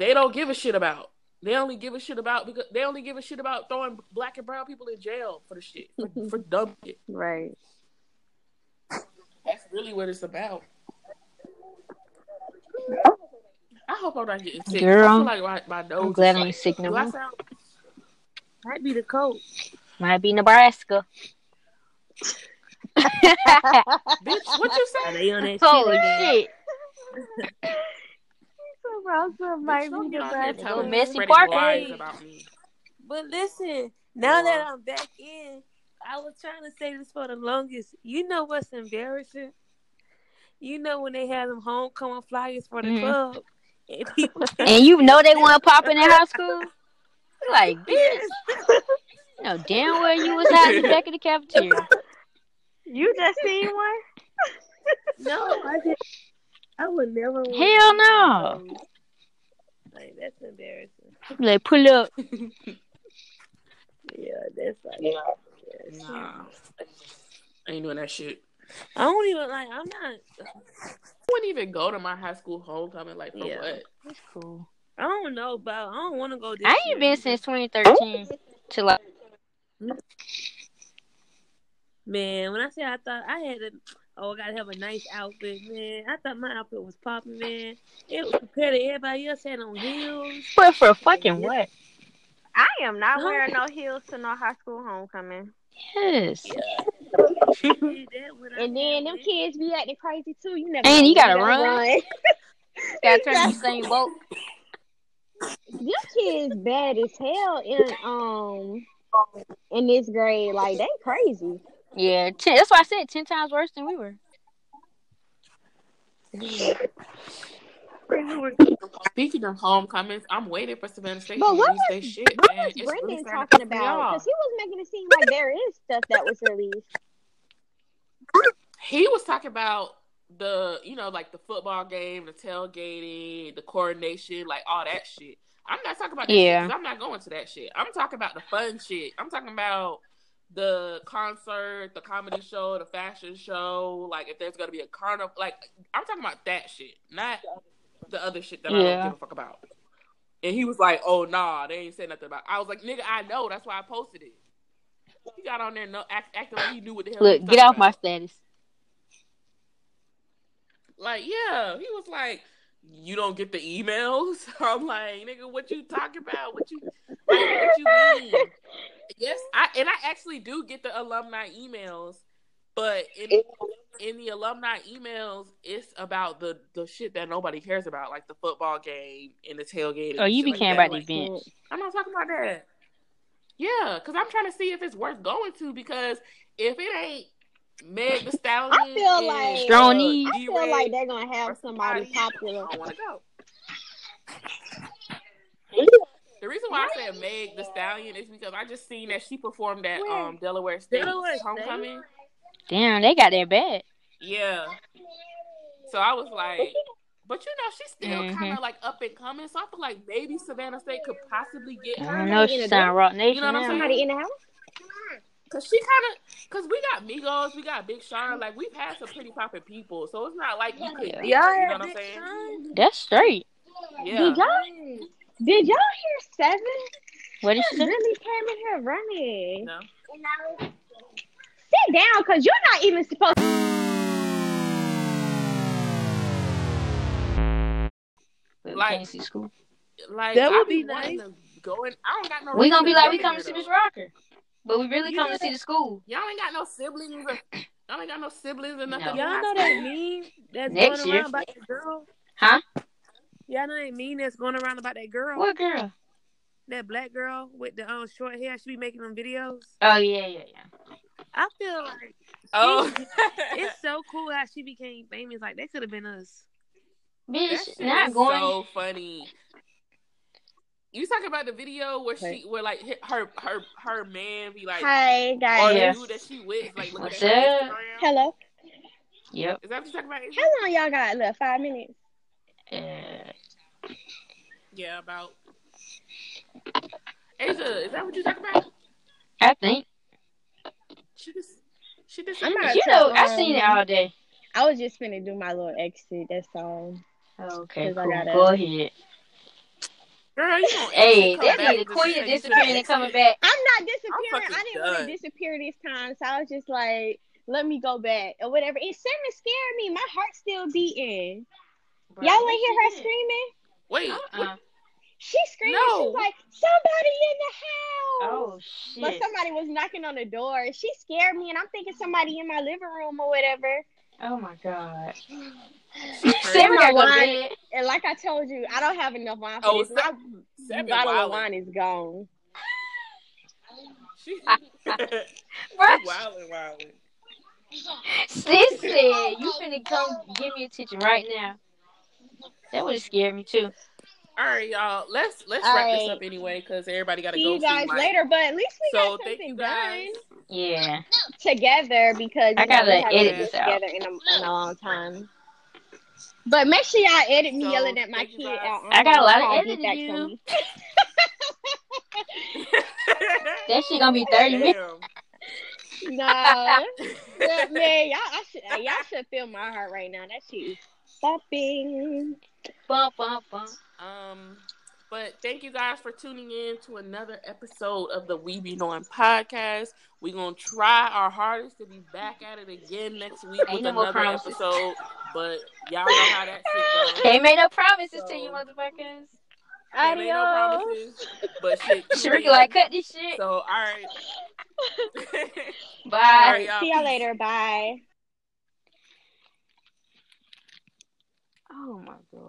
Speaker 2: They don't give a shit about. They only give a shit about because they only give a shit about throwing black and brown people in jail for the shit for, for dumb shit.
Speaker 1: Right.
Speaker 2: That's really what it's about. I hope I'm not getting sick. I
Speaker 3: Girl,
Speaker 2: feel like my, my nose.
Speaker 3: I'm glad
Speaker 2: is
Speaker 3: Oh, I
Speaker 2: like-
Speaker 3: ain't sick no
Speaker 2: do I
Speaker 3: more.
Speaker 2: sound-
Speaker 4: Might be the coat.
Speaker 3: Might be Nebraska.
Speaker 2: bitch, what you
Speaker 4: Are
Speaker 2: say?
Speaker 4: they on that shit?
Speaker 3: Holy shit.
Speaker 1: So Rosa might
Speaker 2: Bitch,
Speaker 1: be
Speaker 2: don't get
Speaker 1: the
Speaker 2: out here
Speaker 1: best
Speaker 2: telling
Speaker 1: one.
Speaker 2: me
Speaker 3: Messy
Speaker 2: spreading
Speaker 3: Parker.
Speaker 2: lies about me.
Speaker 4: But listen, now that
Speaker 2: Wow.
Speaker 4: I'm back in, I was trying to say this for the longest. You know what's embarrassing? You know when they had them homecoming flyers for the
Speaker 3: Mhm.
Speaker 4: club, and people
Speaker 3: And you know they want to pop in at high school? Like, bitch. You know damn well you was out in the back of the cafeteria.
Speaker 1: You just seen one?
Speaker 4: no, I did. I would never. want
Speaker 3: Hell
Speaker 4: to-
Speaker 3: no.
Speaker 4: Like that's embarrassing.
Speaker 3: Like, pull up.
Speaker 4: Yeah, that's like.
Speaker 2: Nah, I ain't doing that shit.
Speaker 4: I don't even like. I'm not.
Speaker 2: I wouldn't even go to my high school homecoming like for
Speaker 4: Yeah.
Speaker 2: what?
Speaker 3: That's cool.
Speaker 4: I don't know about. I don't want to go. This
Speaker 3: I
Speaker 4: year.
Speaker 3: ain't been since 2013 to like
Speaker 4: Man, when I say I thought I had a oh I gotta have a nice outfit, man. I thought my outfit was popping, man. It was compared to everybody else had on heels.
Speaker 3: But for fucking what?
Speaker 1: I am not
Speaker 4: Huh?
Speaker 1: wearing no heels to no high school homecoming.
Speaker 3: Yes.
Speaker 4: Did that when I
Speaker 1: And then them
Speaker 4: had it.
Speaker 1: kids be acting crazy too. You never.
Speaker 3: And
Speaker 1: know
Speaker 3: you
Speaker 1: when
Speaker 3: gotta
Speaker 1: they
Speaker 3: run. Gotta turn in the same boat.
Speaker 1: Them kids bad as hell in um in this grade. Like they crazy.
Speaker 3: Yeah, ten, that's why I said ten times worse than we were.
Speaker 2: Speaking of homecomings, I'm waiting for Savannah State
Speaker 1: But
Speaker 2: to
Speaker 1: what
Speaker 2: release their shit.
Speaker 1: What
Speaker 2: man.
Speaker 1: was
Speaker 2: It's really
Speaker 1: Brendan talking
Speaker 2: starting to piss me
Speaker 1: about?
Speaker 2: off.
Speaker 1: Because he was making it seem like there is stuff that was released.
Speaker 2: he was talking about the you know like the football game, the tailgating, the coordination, like all that shit. I'm not talking about that
Speaker 3: Yeah.
Speaker 2: shit 'cause I'm not going to that shit. I'm talking about the fun shit. I'm talking about the concert, the comedy show, the fashion show. Like if there's gonna be a carnival, like I'm talking about that shit, not the other shit that I don't
Speaker 3: Yeah.
Speaker 2: give a fuck about. And he was like, "Oh nah, they ain't said nothing about." I was like, "Nigga, I know. That's why I posted it." He got on there no, act, acting like he knew what the hell. he
Speaker 3: Look,
Speaker 2: was
Speaker 3: get
Speaker 2: talking
Speaker 3: off
Speaker 2: about.
Speaker 3: my status.
Speaker 2: Like, yeah, he was like, "You don't get the emails." I'm like, "Nigga, what you talking about? What you, like, what you mean?" Yes, I and I actually do get the alumni emails, but in in the alumni emails, it's about the the shit that nobody cares about, like the football game and the tailgate. and
Speaker 3: Oh, you
Speaker 2: shit
Speaker 3: be
Speaker 2: like
Speaker 3: caring
Speaker 2: that.
Speaker 3: about the
Speaker 2: Like,
Speaker 3: events.
Speaker 2: I'm not talking about that. Yeah, because I'm trying to see if it's worth going to. Because if it ain't Meg the Stallion,
Speaker 1: I feel
Speaker 2: and,
Speaker 1: like-
Speaker 3: Strong
Speaker 2: uh,
Speaker 3: knees.
Speaker 1: I feel
Speaker 2: D-Ray,
Speaker 1: like they're gonna have somebody
Speaker 2: Somebody-
Speaker 1: popular.
Speaker 2: I want to go. The reason why I said Meg the Stallion is because I just seen that she performed at
Speaker 1: Where?
Speaker 2: um Delaware State
Speaker 4: Delaware State?
Speaker 2: homecoming.
Speaker 3: Damn, they got that bad.
Speaker 2: Yeah. So I was like, but you know, she's still
Speaker 3: Mhm.
Speaker 2: kind of like up and coming. So I feel like maybe Savannah State could possibly get
Speaker 3: I
Speaker 2: her.
Speaker 3: don't know if she signed Rock Nation.
Speaker 2: You know what I'm
Speaker 3: now.
Speaker 2: saying?
Speaker 1: Somebody in the house.
Speaker 2: Cause she kind of, cause we got Migos, we got Big Sean, like we've had some pretty popping people, so it's not like you could,
Speaker 3: Yeah.
Speaker 2: you know
Speaker 4: Y'all
Speaker 2: what
Speaker 4: had
Speaker 2: I'm
Speaker 4: big
Speaker 2: saying?
Speaker 4: time.
Speaker 3: That's straight.
Speaker 2: Yeah,
Speaker 1: Did y'all? Did y'all hear Seven
Speaker 3: What is she say?
Speaker 1: really came in here running?
Speaker 2: no.
Speaker 1: Sit down, cause you're not even supposed. to
Speaker 3: But we
Speaker 2: Like-
Speaker 3: can't see school.
Speaker 2: like
Speaker 4: That would
Speaker 2: I be
Speaker 4: be
Speaker 2: wanting to going. I don't got no.
Speaker 3: We gonna be
Speaker 2: reason
Speaker 3: like, we
Speaker 2: go
Speaker 3: come to
Speaker 2: there,
Speaker 3: see
Speaker 2: though.
Speaker 3: this rocker, but we really come to see the school.
Speaker 2: Y'all ain't got no siblings. Or, y'all ain't got no siblings or nothing.
Speaker 3: No.
Speaker 4: Y'all know that meme that's
Speaker 3: Next
Speaker 4: going
Speaker 3: year.
Speaker 4: around about that girl.
Speaker 3: Huh?
Speaker 4: Y'all know that meme that's going around about that girl,
Speaker 3: What girl?
Speaker 4: that black girl with the um short hair. She be making them videos.
Speaker 3: Oh yeah, yeah, yeah.
Speaker 4: I feel like
Speaker 2: Oh,
Speaker 4: it's so cool how she became famous. Like that could have been us.
Speaker 2: That
Speaker 3: Bitch,
Speaker 2: shit
Speaker 3: not
Speaker 2: is
Speaker 3: going.
Speaker 2: So funny. You talking about the video where she, where like hi- her, her, her man be like,
Speaker 1: Hi
Speaker 2: or
Speaker 1: guys.
Speaker 2: the
Speaker 3: Yeah.
Speaker 2: dude that she with, like, look at
Speaker 3: What's
Speaker 2: her
Speaker 3: up?
Speaker 2: Instagram.
Speaker 1: Hello.
Speaker 3: Yep.
Speaker 2: Is that what you talking about? Asia?
Speaker 1: How long y'all got left? Five minutes.
Speaker 3: Uh,
Speaker 2: Yeah, about. Asia, is that what you talking about?
Speaker 3: I think.
Speaker 2: She just, she just.
Speaker 1: I'm not-
Speaker 3: You know, I seen it all day.
Speaker 1: I was just finna do my little exit. That's all.
Speaker 3: Oh, Okay,
Speaker 1: 'Cause I
Speaker 3: cool.
Speaker 1: gotta-
Speaker 3: Go ahead.
Speaker 2: Girl, you don't.
Speaker 3: Hey,
Speaker 2: come
Speaker 3: that
Speaker 2: back
Speaker 3: nigga
Speaker 2: to
Speaker 3: Queen
Speaker 2: say you
Speaker 3: disappearing and
Speaker 2: should've
Speaker 3: coming
Speaker 2: exited.
Speaker 3: back.
Speaker 1: I'm not disappearing.
Speaker 2: fucking
Speaker 1: I didn't want
Speaker 2: done.
Speaker 1: to disappear this time, so I was just like, let me go back or whatever. It shouldn't scare me. My heart's still beating. Y'all ain't hear her screaming?
Speaker 2: Wait,
Speaker 3: Uh,
Speaker 1: She screaming.
Speaker 2: No.
Speaker 1: She's like, somebody in the house.
Speaker 3: oh
Speaker 1: But
Speaker 3: shit.
Speaker 1: somebody was knocking on the door. She scared me, and I'm thinking somebody in my living room or whatever.
Speaker 3: Oh my god.
Speaker 2: Sarah
Speaker 3: Sarah got
Speaker 1: wine.
Speaker 3: bed.
Speaker 1: And like I told you, I don't have enough wine for
Speaker 2: Oh,
Speaker 1: this. My
Speaker 2: seven
Speaker 1: bottle
Speaker 2: wild.
Speaker 1: of wine is gone.
Speaker 2: She,
Speaker 1: Oh,
Speaker 3: Bruh,
Speaker 2: wild and wild.
Speaker 3: Sis said, "You finna come give me attention right now." That would have scared me too.
Speaker 2: All right, y'all. Let's let's
Speaker 1: All
Speaker 2: wrap this
Speaker 1: right.
Speaker 2: up anyway because everybody got to
Speaker 1: See
Speaker 2: go.
Speaker 1: you guys
Speaker 2: see Mike.
Speaker 1: later, but at least we
Speaker 2: So
Speaker 1: got
Speaker 2: thank you
Speaker 1: something
Speaker 2: guys.
Speaker 1: done
Speaker 3: Yeah.
Speaker 1: together because
Speaker 3: I
Speaker 1: you know,
Speaker 3: gotta
Speaker 1: we haven't
Speaker 3: edit
Speaker 1: been
Speaker 3: this out.
Speaker 1: together in a, in a long time. But make sure y'all edit me
Speaker 2: So,
Speaker 1: yelling at um, my
Speaker 2: thank you
Speaker 1: kid.
Speaker 2: guys.
Speaker 1: out on
Speaker 3: I got a lot of
Speaker 1: call
Speaker 3: editing
Speaker 1: defects
Speaker 3: to do.
Speaker 1: on me.
Speaker 3: That shit gonna be thirty minutes.
Speaker 1: No, Look, man, y'all, I should, y'all should feel my heart right now. That shit is popping.
Speaker 3: Bum, bum, bum.
Speaker 2: Um, but thank you guys for tuning in to another episode of the We Be Knowing podcast. We're gonna try our hardest to be back at it again next week
Speaker 3: Ain't
Speaker 2: with
Speaker 3: no more
Speaker 2: another
Speaker 3: promises.
Speaker 2: episode. But y'all know how that shit goes.
Speaker 3: Can't make no promises to you,
Speaker 2: So-
Speaker 3: motherfuckers.
Speaker 2: There ain't no promises, but shit.
Speaker 3: Sharika, like, cut this shit.
Speaker 2: so all right.
Speaker 1: All
Speaker 3: Bye.
Speaker 1: right, see y'all later. Bye.
Speaker 3: Oh my god.